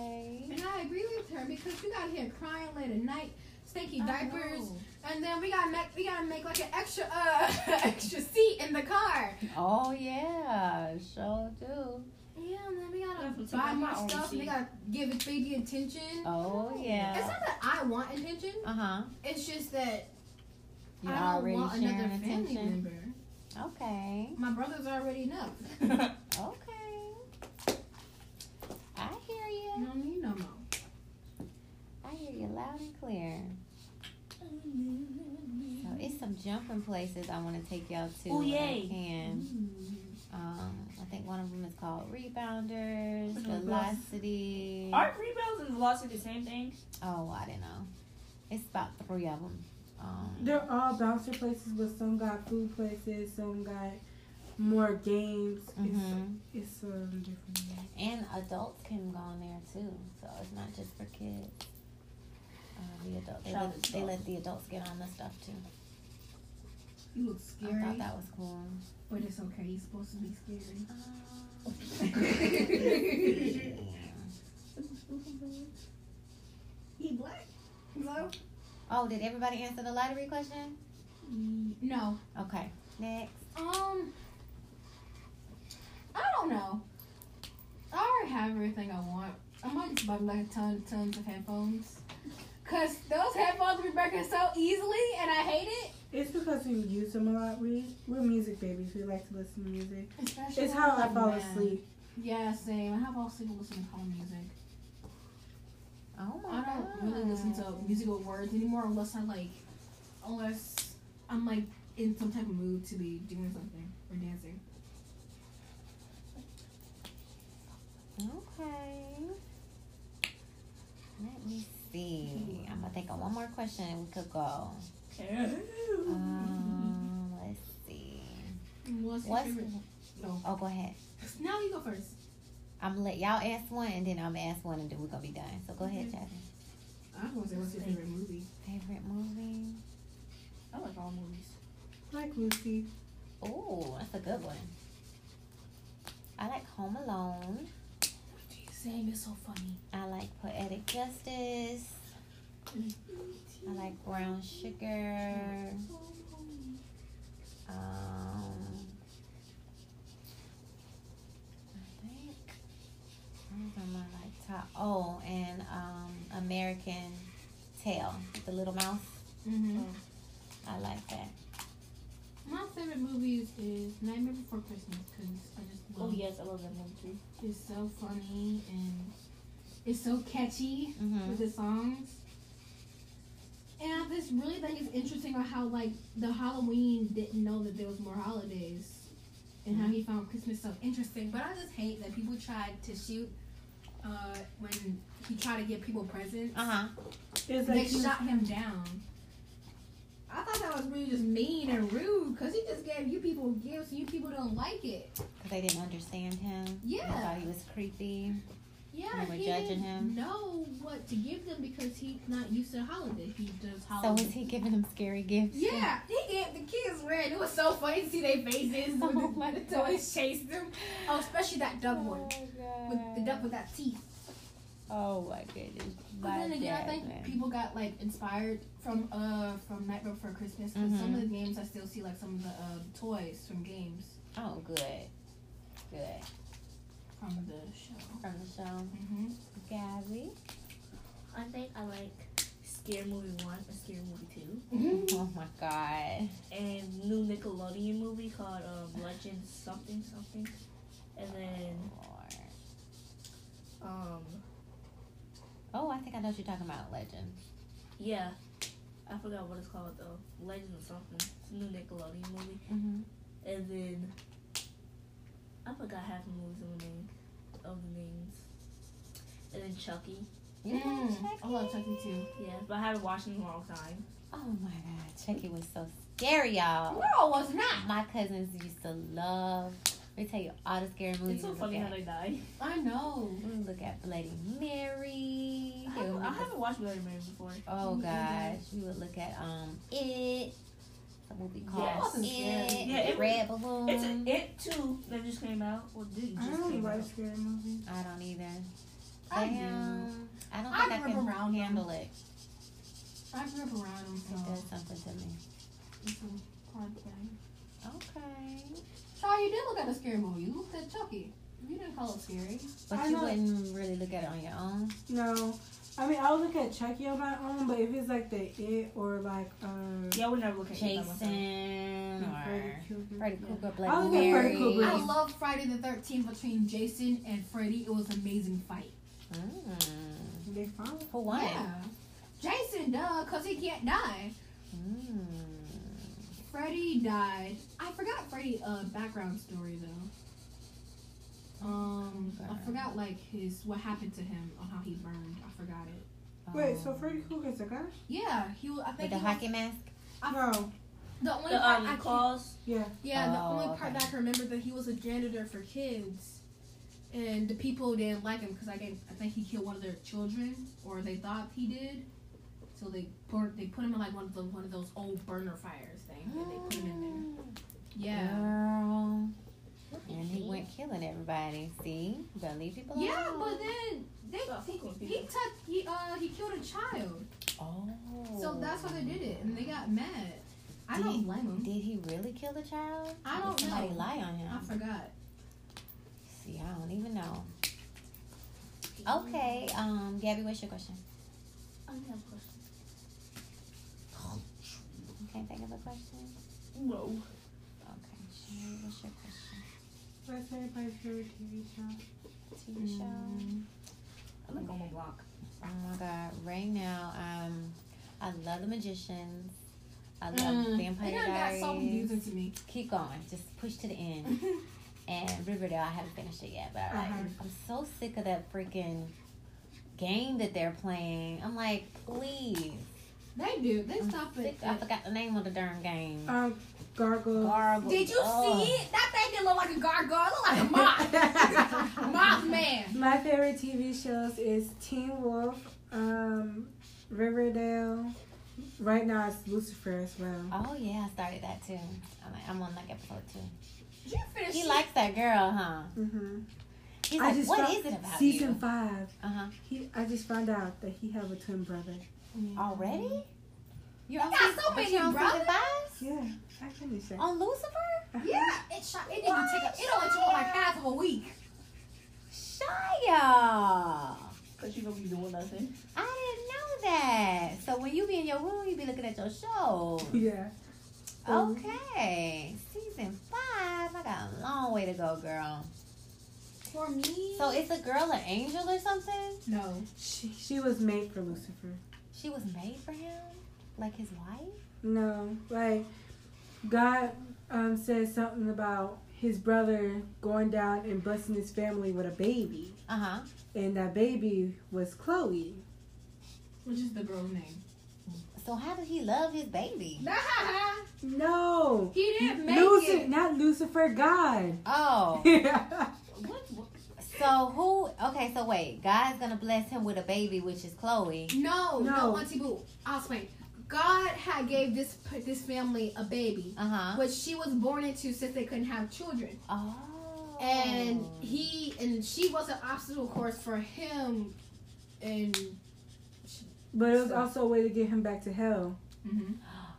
S4: And I agree with her because you got here crying late at night, stinky diapers, and then we got make we gotta make like an extra uh extra seat in the car.
S1: Oh yeah, sure do.
S4: Yeah, and then we
S3: I have to
S4: gotta
S3: take
S4: buy
S3: out my
S4: more
S3: own
S4: stuff. and We
S3: seat.
S4: gotta give it baby attention.
S1: Oh
S4: It's
S1: yeah.
S4: not that I want attention.
S1: Uh
S3: Uh-huh.
S1: huh.
S4: It's just that
S1: You
S4: I don't
S1: already
S4: want
S1: sharing
S4: another family
S1: attention.
S4: member.
S1: Okay.
S4: My brother's already enough.
S1: Okay. I hear
S4: You
S1: you.
S4: don't need no
S1: I hear you loud and clear. So
S4: more.
S1: it's some jumping places I want to take y'all to.
S3: Ooh,
S1: when I
S3: yay.
S1: can.
S4: Mm.
S1: Um, I think one of them is called Rebounders,
S3: Mhm.
S1: Velocity.
S3: Aren't rebounds and velocity the same thing?
S1: Oh, I don't know. It's about three of them. Um,
S2: They're all bouncer places, but some got food places, some got more games.
S1: mhm.
S2: It's it's um, different.
S1: And adults can go in there too, so it's not just for kids. Uh, the adult, they, let,
S3: Childish
S1: they
S3: stuff.
S1: let the adults get on the stuff too.
S4: You look
S1: I
S4: scary,
S1: thought that was cool.
S4: but it's okay. You're supposed to be scary.
S1: Um,
S4: he black? Hello?
S1: oh, did everybody answer the lottery question?
S4: No.
S1: Okay, next.
S4: Um, I don't know. I already have everything I want. I might just buy like ton, tons of headphones. Cause those headphones be breaking so easily, and I hate it.
S2: It's because we use them a lot. We we're music babies. We like to listen to music.
S4: Especially
S2: It's
S4: when
S2: how
S4: I'm
S2: I
S4: like,
S2: fall
S4: man.
S2: asleep.
S4: Yeah, same. I have all sleep listening to calm music.
S1: Oh my
S4: I
S1: god.
S4: don't really listen to musical words anymore unless I like, unless I'm like in some type of mood to be doing something or dancing.
S1: Okay. Let me
S4: Hmm.
S1: see. I'm gonna think of one more question and we could go.
S3: Uh,
S1: Um, let's see.
S4: What's your
S1: What's
S4: favorite? No.
S1: oh go ahead.
S4: Now you go first.
S1: I'm gonna let y'all ask one and then I'm gonna ask one and then we're gonna be done. So go ahead, Jasmine.
S4: I was gonna say, what's your favorite movie?
S1: Favorite movie?
S3: I like all movies.
S2: Like Lucy.
S1: Oh, that's a good one. I like Home Alone.
S4: Same is so funny.
S1: I like Poetic Justice. I like Brown Sugar. Um, I think those are my like top. Oh, and um, American Tail, the little mouse.
S4: Mm-hmm.
S1: I like that.
S4: My favorite movies is Nightmare Before Christmas because I just love
S3: Oh yes, I love that movie too.
S4: it. It's so funny and it's so catchy
S1: Mhm.
S4: with the songs. And I just really think it's interesting on how like the Halloween didn't know that there was more holidays and how he found Christmas so interesting. But I just hate that people tried to shoot uh, when he tried to give people presents.
S1: Uh huh.
S2: It's
S4: They
S2: like you-
S4: shot him down. I thought that was really just mean and rude because he just gave you people gifts and you people don't like it.
S1: Because they didn't understand him. They
S4: Yeah.
S1: thought he was creepy.
S4: Yeah,
S1: They were
S4: he
S1: judging
S4: didn't
S1: him.
S4: know what to give them because he's not used to the holiday. He does
S1: So
S4: holiday.
S1: was he giving him scary gifts?
S4: yeah, he gave the kids red. It was so funny to see their faces when
S1: Oh my
S4: the, the toys chased them. Oh, especially that duck one with the duck with that teeth.
S1: Oh my goodness.
S4: But then
S1: My
S4: again, I think
S1: Jasmine.
S4: people got like inspired from uh from Nightmare Before Christmas because some of the games I still see like some of the uh, toys from games
S1: Oh, good. Good.
S4: from the show.
S1: From the show.
S4: Mm-hmm.
S1: Gabby.
S3: I think I like Scare Movie One and Scare Movie Two,
S4: Mm-hmm.
S1: Oh my god.
S3: and new Nickelodeon movie called um, Legends something something. and then
S1: Lord.
S3: um
S1: Oh, I think I know what you're talking about. Legend.
S3: yeah, I forgot what it's called though. Legend of something. It's a new Nickelodeon movie.
S1: Mm-hmm.
S3: And then I forgot half the movies of the name of the names. And then Chucky.
S4: Mm, I love Chucky too.
S3: Yeah, but I haven't watched in a long time.
S1: Oh my God, Chucky was so scary, y'all.
S4: No, it's not.
S1: My cousins used to love. Let me tell you all the scary movies.
S3: It's so
S1: we
S3: funny
S1: look
S3: how
S1: at.
S3: they die.
S4: I know.
S1: We look at Bloody Mary.
S3: I
S1: They would
S3: haven't, I
S1: make us-
S3: haven't watched Bloody Mary before.
S1: oh
S4: Mhm.
S1: gosh, we would look at um it. The movie
S3: Yes.
S1: called
S4: Yes.
S1: It.
S3: Yeah, it-
S1: Red Balloon.
S3: It's a, it too that just came out. Well, didn't
S2: I
S3: just
S2: don't
S3: came out.
S2: like scary movies.
S1: I don't either.
S4: I
S1: Damn. I don't
S4: I
S1: think I,
S4: grew up
S1: can
S4: around them.
S1: handle it.
S4: I grew up around him,
S1: It
S4: so
S1: does something to me.
S4: it's a hard thing.
S1: Okay.
S4: Sorry, you did look at a scary movie. You looked at Chucky. You didn't call it scary.
S1: But
S2: I
S1: you
S2: know-
S1: wouldn't really look at it on your own.
S2: No. I mean, I'll look at Chucky on my own, but if it's like the It or like um,
S3: Yeah, we're never looking at it by myself.
S1: Jason or
S2: Mm, Freddy Krueger.
S1: Freddy
S3: Yeah.
S1: Krueger,
S2: I
S1: Bloody
S2: look at Freddy
S1: Mary.
S2: Krueger.
S4: I love Friday the 13th between Jason and Freddy. It was an amazing fight.
S1: Mm.
S2: They found
S1: For one.
S4: Yeah. Jason, duh, because he can't die.
S1: Mm.
S4: Freddy died. I forgot Freddy's uh, background story, though. Um, I forgot, like, his, what happened to him on how he burned. I forgot it.
S2: Wait,
S1: Um,
S2: so Freddy Krueger's a guy?
S4: Yeah, he was, I
S1: with
S4: think
S1: the
S4: he was,
S1: hockey mask.
S3: Ah.
S2: No.
S4: the only
S3: The
S4: part I
S3: um,
S4: can-
S3: claws.
S2: Yeah.
S4: Yeah, the
S1: Oh,
S4: only part
S1: okay.
S4: that I can remember that he was a janitor for kids, and the people didn't like him because I think I think he killed one of their children, or they thought he did. So they put they put him in like one of the one of those old burner fires things, and they put him in there. Yeah.
S1: Girl. And he went killing everybody. See? Don't leave people alone.
S4: Yeah, but then they
S3: fuck with
S4: he, he
S3: people.
S4: took he uh he killed a child,
S1: Oh.
S4: so that's why they did it, and they got mad. I don't blame them.
S1: Did he really kill the child?
S4: I
S1: Or
S4: don't
S1: did somebody
S4: know.
S1: lie on
S4: I
S1: him.
S4: forgot.
S1: See, I don't even know. Okay, um, Gabby, what's your question?
S3: I don't have a question.
S1: You can't think of a question?
S3: No.
S1: Okay. Sherry, what's your question?
S2: What's everybody's favorite TV show?
S1: TV show?
S3: I like on my block.
S1: Oh my god, right now, um, I love The Magicians. I love
S4: Mm. They
S1: Vampire
S4: done got
S1: Diaries.
S4: so confusing to me.
S1: Keep going, just push to the end. and Riverdale, I haven't finished it yet, but like,
S2: Uh-huh.
S1: I'm so sick of that freaking game that they're playing. I'm like, please.
S4: They do. They
S1: I'm
S4: stop it.
S1: sick- I forgot the name of the darn game.
S3: Ah.
S2: Um, Gargoyle.
S1: Garble.
S4: Uh, Did you see
S1: Ugh.
S4: it? That thing didn't look like a gargoyle. It looked like a
S3: Ah.
S4: moth. moth man.
S2: My favorite TV shows is Teen Wolf, um, Riverdale. Right now it's Lucifer as well.
S1: Oh yeah, I started that too. I'm, like, I'm on like episode two.
S4: Did you finish
S1: He
S4: it?
S1: likes that girl, huh?
S2: Mm-hmm.
S1: He's like, what is it about
S2: season
S1: you?
S2: five.
S1: Uh huh.
S2: He, I just found out that he have a twin brother.
S1: Already? You're
S4: You got so
S1: but
S4: many
S1: you're on season
S4: brothers?
S1: five?
S2: Yeah, I finished it.
S1: On Lucifer?
S4: Yeah, it shot. It didn't take. A, it only took like half of a week.
S1: Shia!
S3: Cause you gonna be doing nothing.
S1: I didn't know that. So when you be in your room, you be looking at your show.
S2: Yeah.
S1: Okay. Season five. I got a long way to go, girl.
S4: For me,
S1: So it's a girl, an angel or something?
S4: no.
S2: She, she was made for Lucifer.
S1: She was made for him? Like his wife?
S2: No, like God um, said something about his brother going down and busting his family with a baby,
S1: Uh huh.
S2: and that baby was Chloe.
S4: Which is the girl's name?
S1: So how did he love his baby?
S2: No,
S4: he didn't make
S2: Lucifer,
S4: it.
S2: not Lucifer, God.
S1: Oh.
S2: yeah,
S3: What? what?
S1: So who? Okay, so wait. God's gonna bless him with a baby, which is Chloe.
S4: No, no,
S2: No.
S4: Auntie Boo. I'll explain. God had gave this this family a baby,
S1: Uh huh.
S4: which she was born into since they couldn't have children.
S1: Oh.
S4: and he and she was an obstacle course for him and
S2: but it was also a way to get him back to hell.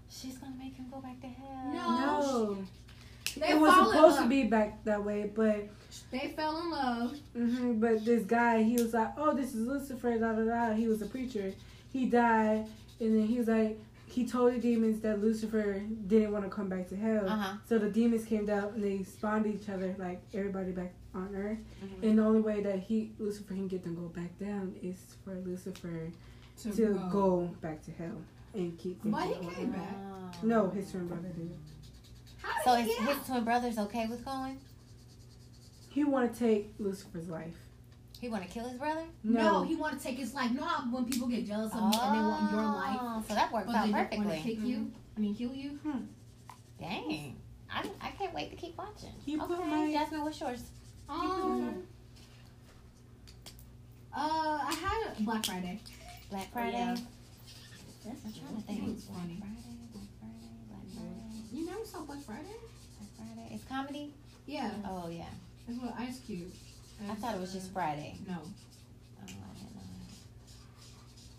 S1: She's gonna make him go back to hell.
S4: No.
S2: No,
S4: they
S2: it was
S4: fall in
S2: supposed
S4: love.
S2: to be back that way, but
S4: they fell in love
S2: hmm but this guy, he was like, oh, this is Lucifer, da da da. He was a preacher. He died, and then he was like, he told the demons that Lucifer didn't want to come back to hell.
S4: Uh-huh.
S1: Uh huh.
S2: So the demons came down and they spawned each other, like everybody back on Earth,
S4: Mm-hmm.
S2: and the only way that he Lucifer can get them go back down is for Lucifer to,
S4: go.
S2: go back to hell and keep. them
S4: But he
S2: going.
S4: came back.
S1: Oh.
S2: No, his twin brother did.
S4: How did
S1: So
S4: he
S1: is
S4: get out?
S1: his twin brother's okay with going?
S2: He want to take Lucifer's life.
S1: He want to kill his brother?
S4: No, he wanted to take his life. You know how when people get jealous of you and they want your life,
S1: Oh, So that works
S4: but
S1: out
S4: they don't want to
S1: perfectly.
S4: kick you. I mean, kill you.
S1: Dang. I, I can't wait to keep watching.
S2: Keep
S1: okay,
S2: going, Mike.
S1: Jasmine, what's yours?
S4: Um, uh, I had a Black Friday.
S1: Black
S4: Oh,
S1: Friday.
S3: Yeah.
S1: I'm trying to
S4: It
S1: think.
S4: was funny.
S1: Black Friday, Black Friday, Black Friday,
S4: You never saw Black Friday?
S1: Black Friday. It's comedy?
S4: Yeah,
S1: Oh, yeah.
S4: it's with Ice Cube.
S1: I thought it was just Friday.
S4: No.
S1: Oh, I didn't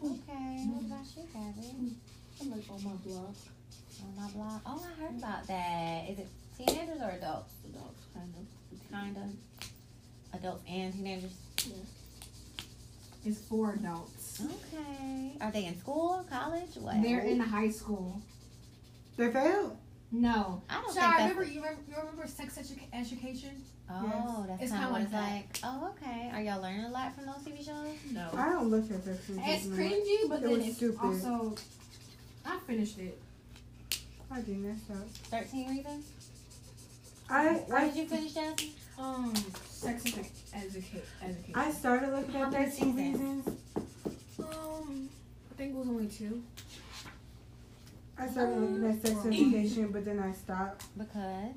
S1: know. Okay, what about you, Gabby?
S4: I'm like on my blog.
S1: On my blog. Oh, I heard about that. Is it teenagers or adults?
S4: Adults, kind of.
S1: Kind of. Adults and teenagers.
S4: It's for adults.
S1: Okay. Are they in school, college, what?
S4: They're in high school.
S2: They failed.
S4: No.
S1: I don't
S4: So
S1: think
S4: I
S1: that's
S4: remember you remember, you remember sex edu- education?
S1: Oh, that's
S4: It's
S1: kind
S4: kinda
S1: of what
S4: like
S1: it's
S4: that.
S1: like. Oh, okay. Are y'all learning a lot from those TV shows?
S4: No.
S2: I don't look at that. shit
S4: It's
S2: anymore.
S4: cringy, but
S2: It
S4: then
S2: was
S4: it's
S2: stupid.
S4: also. I finished it.
S2: I do messed up.
S1: Thirteen Reasons.
S2: I
S1: Where did
S2: I,
S1: you finish, Jasmine?
S4: Um, sex edu- educate education.
S2: I started looking
S1: How
S2: at
S1: many
S2: that two
S1: seasons?
S2: reasons.
S4: um, I think it was only two.
S2: I started looking at sex education, but then I stopped.
S1: Because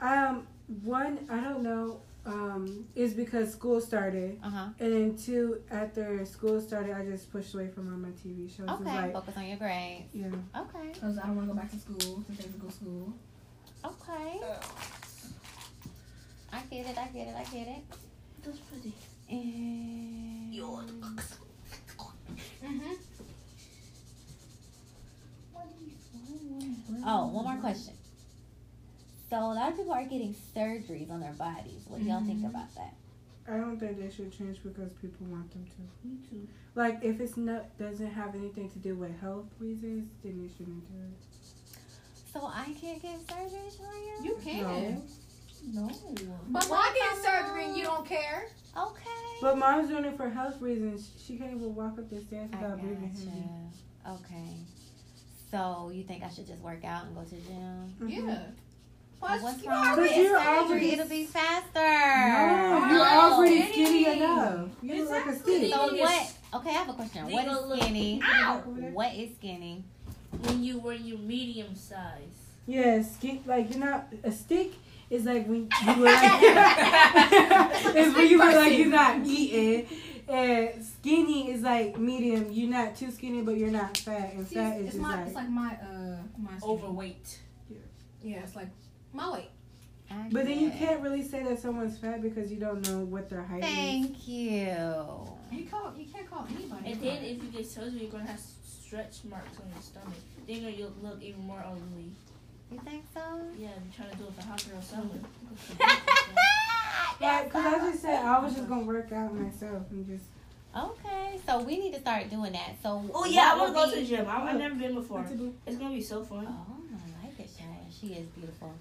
S2: Um, one I don't know. Um, is because school started,
S1: uh huh.
S2: and then two after school started, I just pushed away from all my TV shows. It's
S1: Okay.
S2: Like,
S1: Focus on your grades.
S2: yeah.
S1: Okay.
S4: Cause I don't want to go back to school to physical school.
S1: Okay. I get it. I get it. I get it.
S3: That's pretty.
S1: And
S4: Mm-hmm.
S1: oh, one more question. So a lot of people are getting surgeries on their bodies. What do y'all think about that?
S2: I don't think they should change because people want them to.
S4: Me too.
S2: Like, if it's not doesn't have anything to do with health reasons, then you shouldn't do it.
S1: So I can't get surgeries for you?
S4: You can.
S2: No.
S3: No.
S4: But why get surgery and you don't care?
S1: Okay.
S2: But mom's doing it for health reasons. She can't even walk up the stairs
S1: I
S2: without breathing heavy.
S1: gotcha. Okay. So you think I should just work out and go to the gym?
S2: Mhm.
S4: Yeah. Plus,
S1: What's
S4: you
S1: wrong
S4: know,
S2: with
S4: I
S2: you?
S4: get
S2: Already-
S4: surgery.
S1: It'll be faster.
S2: No, you're
S4: Oh,
S2: already
S4: dang.
S2: skinny enough. You look like a
S3: Exactly.
S2: stick.
S1: So what? Okay, I have a question. What
S3: Legal
S1: is
S3: look.
S1: skinny?
S3: Ow!
S1: What is skinny?
S3: When you were your medium size.
S2: Yeah, skin like you're not a stick. Is like when you were like it's when you were like you're not eating, and skinny is like medium. You're not too skinny, but you're not fat, and
S4: See,
S2: fat is
S4: it's, it's
S2: just
S4: my,
S2: like,
S4: it's like my, uh, my skin.
S3: Overweight.
S4: Yeah, it's like my weight.
S1: I
S2: But then you
S1: get it.
S2: can't really say that someone's fat because you don't know what their height is.
S1: Thank you.
S4: You call, you can't call anybody.
S3: And then if you get surgery, you're gonna have stretch marks on your stomach. Then you're- you'll look even more ugly.
S1: You think so?
S3: Yeah, I'm trying to do it for hot girl summer.
S2: Like, cause I just said I was just gonna work out myself and just
S1: okay, so we need to start doing that. So
S3: Oh,
S2: Oh,
S1: what would be-
S3: gym. I,
S2: I've
S3: never been before.
S2: What to do?
S3: It's gonna be so fun.
S1: Oh, I like it, Shia. She is beautiful.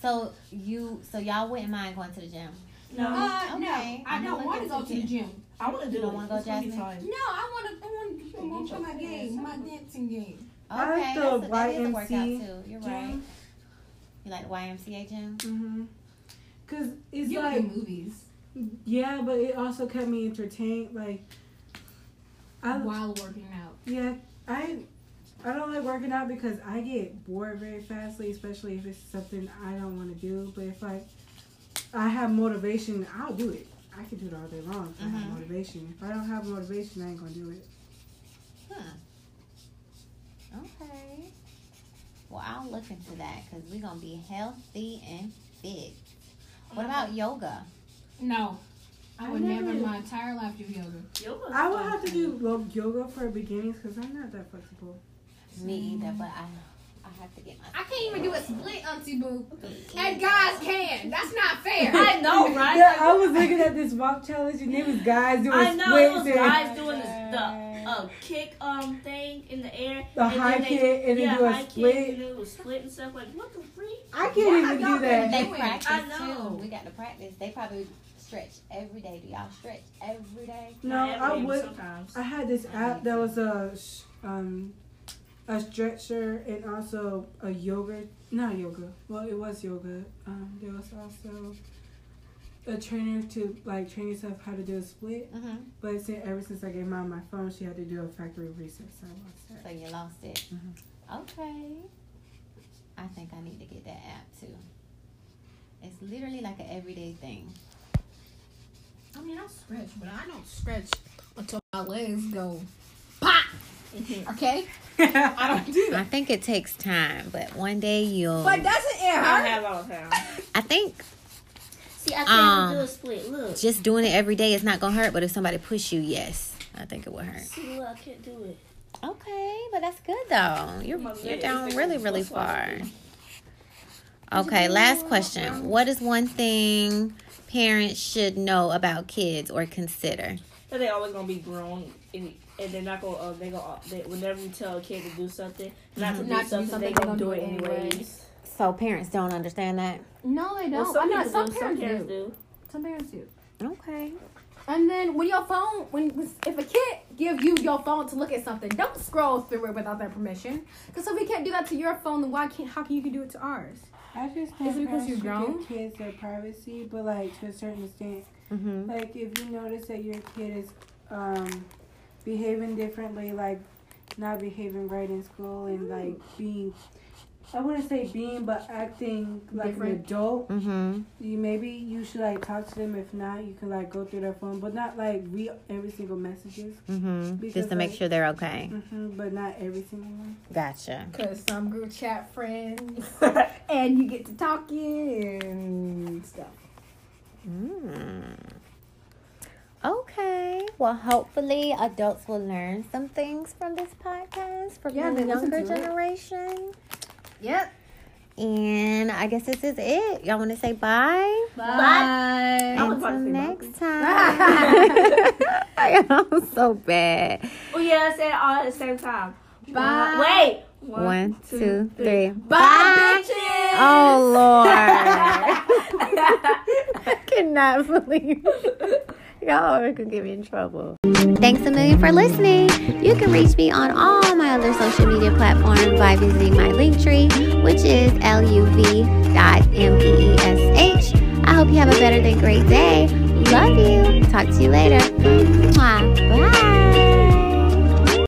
S1: So you, so y'all wouldn't mind going to the gym?
S3: No,
S4: uh, no,
S1: Okay.
S4: I don't want to go to the gym.
S3: I want to do
S1: You don't
S3: it.
S1: wanna go,
S3: It's gonna be
S1: Jasmine?
S3: fun.
S4: No, I want to, I want to work on my game, my dancing game.
S1: Okay,
S2: I like the
S1: that's a, that is a workout
S2: YMC
S1: too. You're right.
S2: gym.
S1: You like the YMCA gym?
S2: hmm Cause it's
S4: You
S2: like
S4: like movies.
S2: yeah, but it also kept me entertained. Like I
S4: while working out.
S2: Yeah, I I don't like working out because I get bored very fastly, especially if it's something I don't want to do. But if like I have motivation, I'll do it. I can do it all day long if I have
S1: Mhm.
S2: motivation. If I don't have motivation, I ain't gonna do it.
S1: Hmm. Okay. Well, I'll look into that because we're gonna be healthy and fit. What about yoga?
S4: No. I
S2: I
S4: would never in
S2: never-
S4: my entire life do yoga.
S3: Yoga's
S2: I will
S3: fun.
S2: have to do lo- yoga for beginnings because I'm not that flexible.
S1: Me either, but I, I have to get my.
S4: I can't even do a split, Auntie Boo. And guys can. That's not fair. I
S3: know, right?
S2: Yeah, I was looking at this walk challenge and it was guys doing
S3: I know it was
S2: splits and-
S3: guys doing the stuff. a kick um thing in the air.
S2: The high
S3: then they-
S2: kick and then
S3: yeah,
S2: do a
S3: high
S2: split.
S3: Kick, and then it was split and stuff. Like what the freak?
S2: I
S6: Why
S2: can't
S6: have
S2: even
S6: y'all
S2: do that.
S7: They
S6: Doing.
S7: practice
S3: I know.
S7: too. We got to practice. They probably stretch every day. Do y'all stretch every day?
S2: No,
S3: Not every
S2: I
S3: day, but
S2: would-
S3: Sometimes.
S2: I had this app that was a sh- um a stretcher and also a yoga, not yoga. Well, it was yoga. Um, there was also a trainer to like train yourself how to do a split.
S7: Mm-hmm.
S2: But it said ever since I gave mom my phone, she had to do a factory reset. So I lost that.
S7: So you lost it.
S2: Mhm.
S1: Mm-hmm.
S7: Okay. I think I need to get that app too. It's literally like an everyday thing.
S4: I mean, I stretch, but I don't stretch until my legs go pop. Okay, I don't do
S1: I
S4: that.
S1: think it takes time, but one day you'll.
S4: But doesn't it
S3: I don't
S4: hurt?
S3: have all the time.
S1: I think
S3: See, I can't
S1: Um,
S3: do a split. Look,
S1: just doing it every day is not gonna hurt, but if somebody push you, yes, I think it will hurt.
S3: see, look, I can't do it.
S1: Okay, but that's good though. You're
S3: My
S1: you're
S3: leg
S1: down
S3: is
S1: really really
S3: so far.
S1: far. Okay, last question. What is one thing parents should know about kids or consider?
S3: That they always gonna be grown and, and they're not gonna uh, they gonna they, whenever you tell a kid to do something Mm-hmm. not to do
S4: Not to do
S3: something
S4: something,
S3: they gonna do it anyways.
S1: So parents don't understand that.
S4: No, they
S3: Well, some, people do, some parents do.
S4: Some parents do.
S1: Okay.
S4: And then when your phone, when if a kid give you your phone to look at something, don't scroll through it without their permission. Because if we can't do that to your phone, then why can't? How can you do it to ours?
S2: I just think
S4: Is it because
S2: parents
S4: you're
S2: should
S4: grown?
S2: give kids their privacy, but like to a certain extent.
S4: Mm-hmm.
S1: Mhm.
S2: Like if you notice that your kid is um, behaving differently, like not behaving right in school and
S4: Mm-hmm.
S2: like being, I wouldn't say being, but acting like an
S4: Different. Mm-hmm.
S2: adult.
S1: Mhm.
S2: You maybe you should like talk to them. If not, you can like go through their phone, but not like read every single messages.
S4: Mm-hmm.
S1: Mhm. Just
S2: Because,
S1: to make
S2: like-
S1: sure they're okay.
S2: hmm but not every single one.
S1: Gotcha.
S4: Cause some group chat friends, and you get to talking and stuff.
S1: Mm. Okay. Well, hopefully adults will learn some things from this podcast from
S4: Yeah,
S1: the
S4: they listen
S1: younger
S4: to it.
S1: generation.
S4: Yep.
S1: And I guess this is it. Y'all want to say bye?
S4: Bye.
S3: was
S1: Until
S3: about to say bye.
S1: next time. I'm so bad.
S3: Oh yeah, I said it all at the same time.
S4: Bye.
S3: Wait.
S1: One, two, three.
S4: Bye, bitches.
S1: Oh Lord. I cannot believe y'all are gonna get me in trouble. Thanks a million for listening. You can reach me on all my other social media platforms by visiting my link tree, which is luv.meesh. E I hope you have a better than great day. Love you. Talk to you later. Mwah. Bye.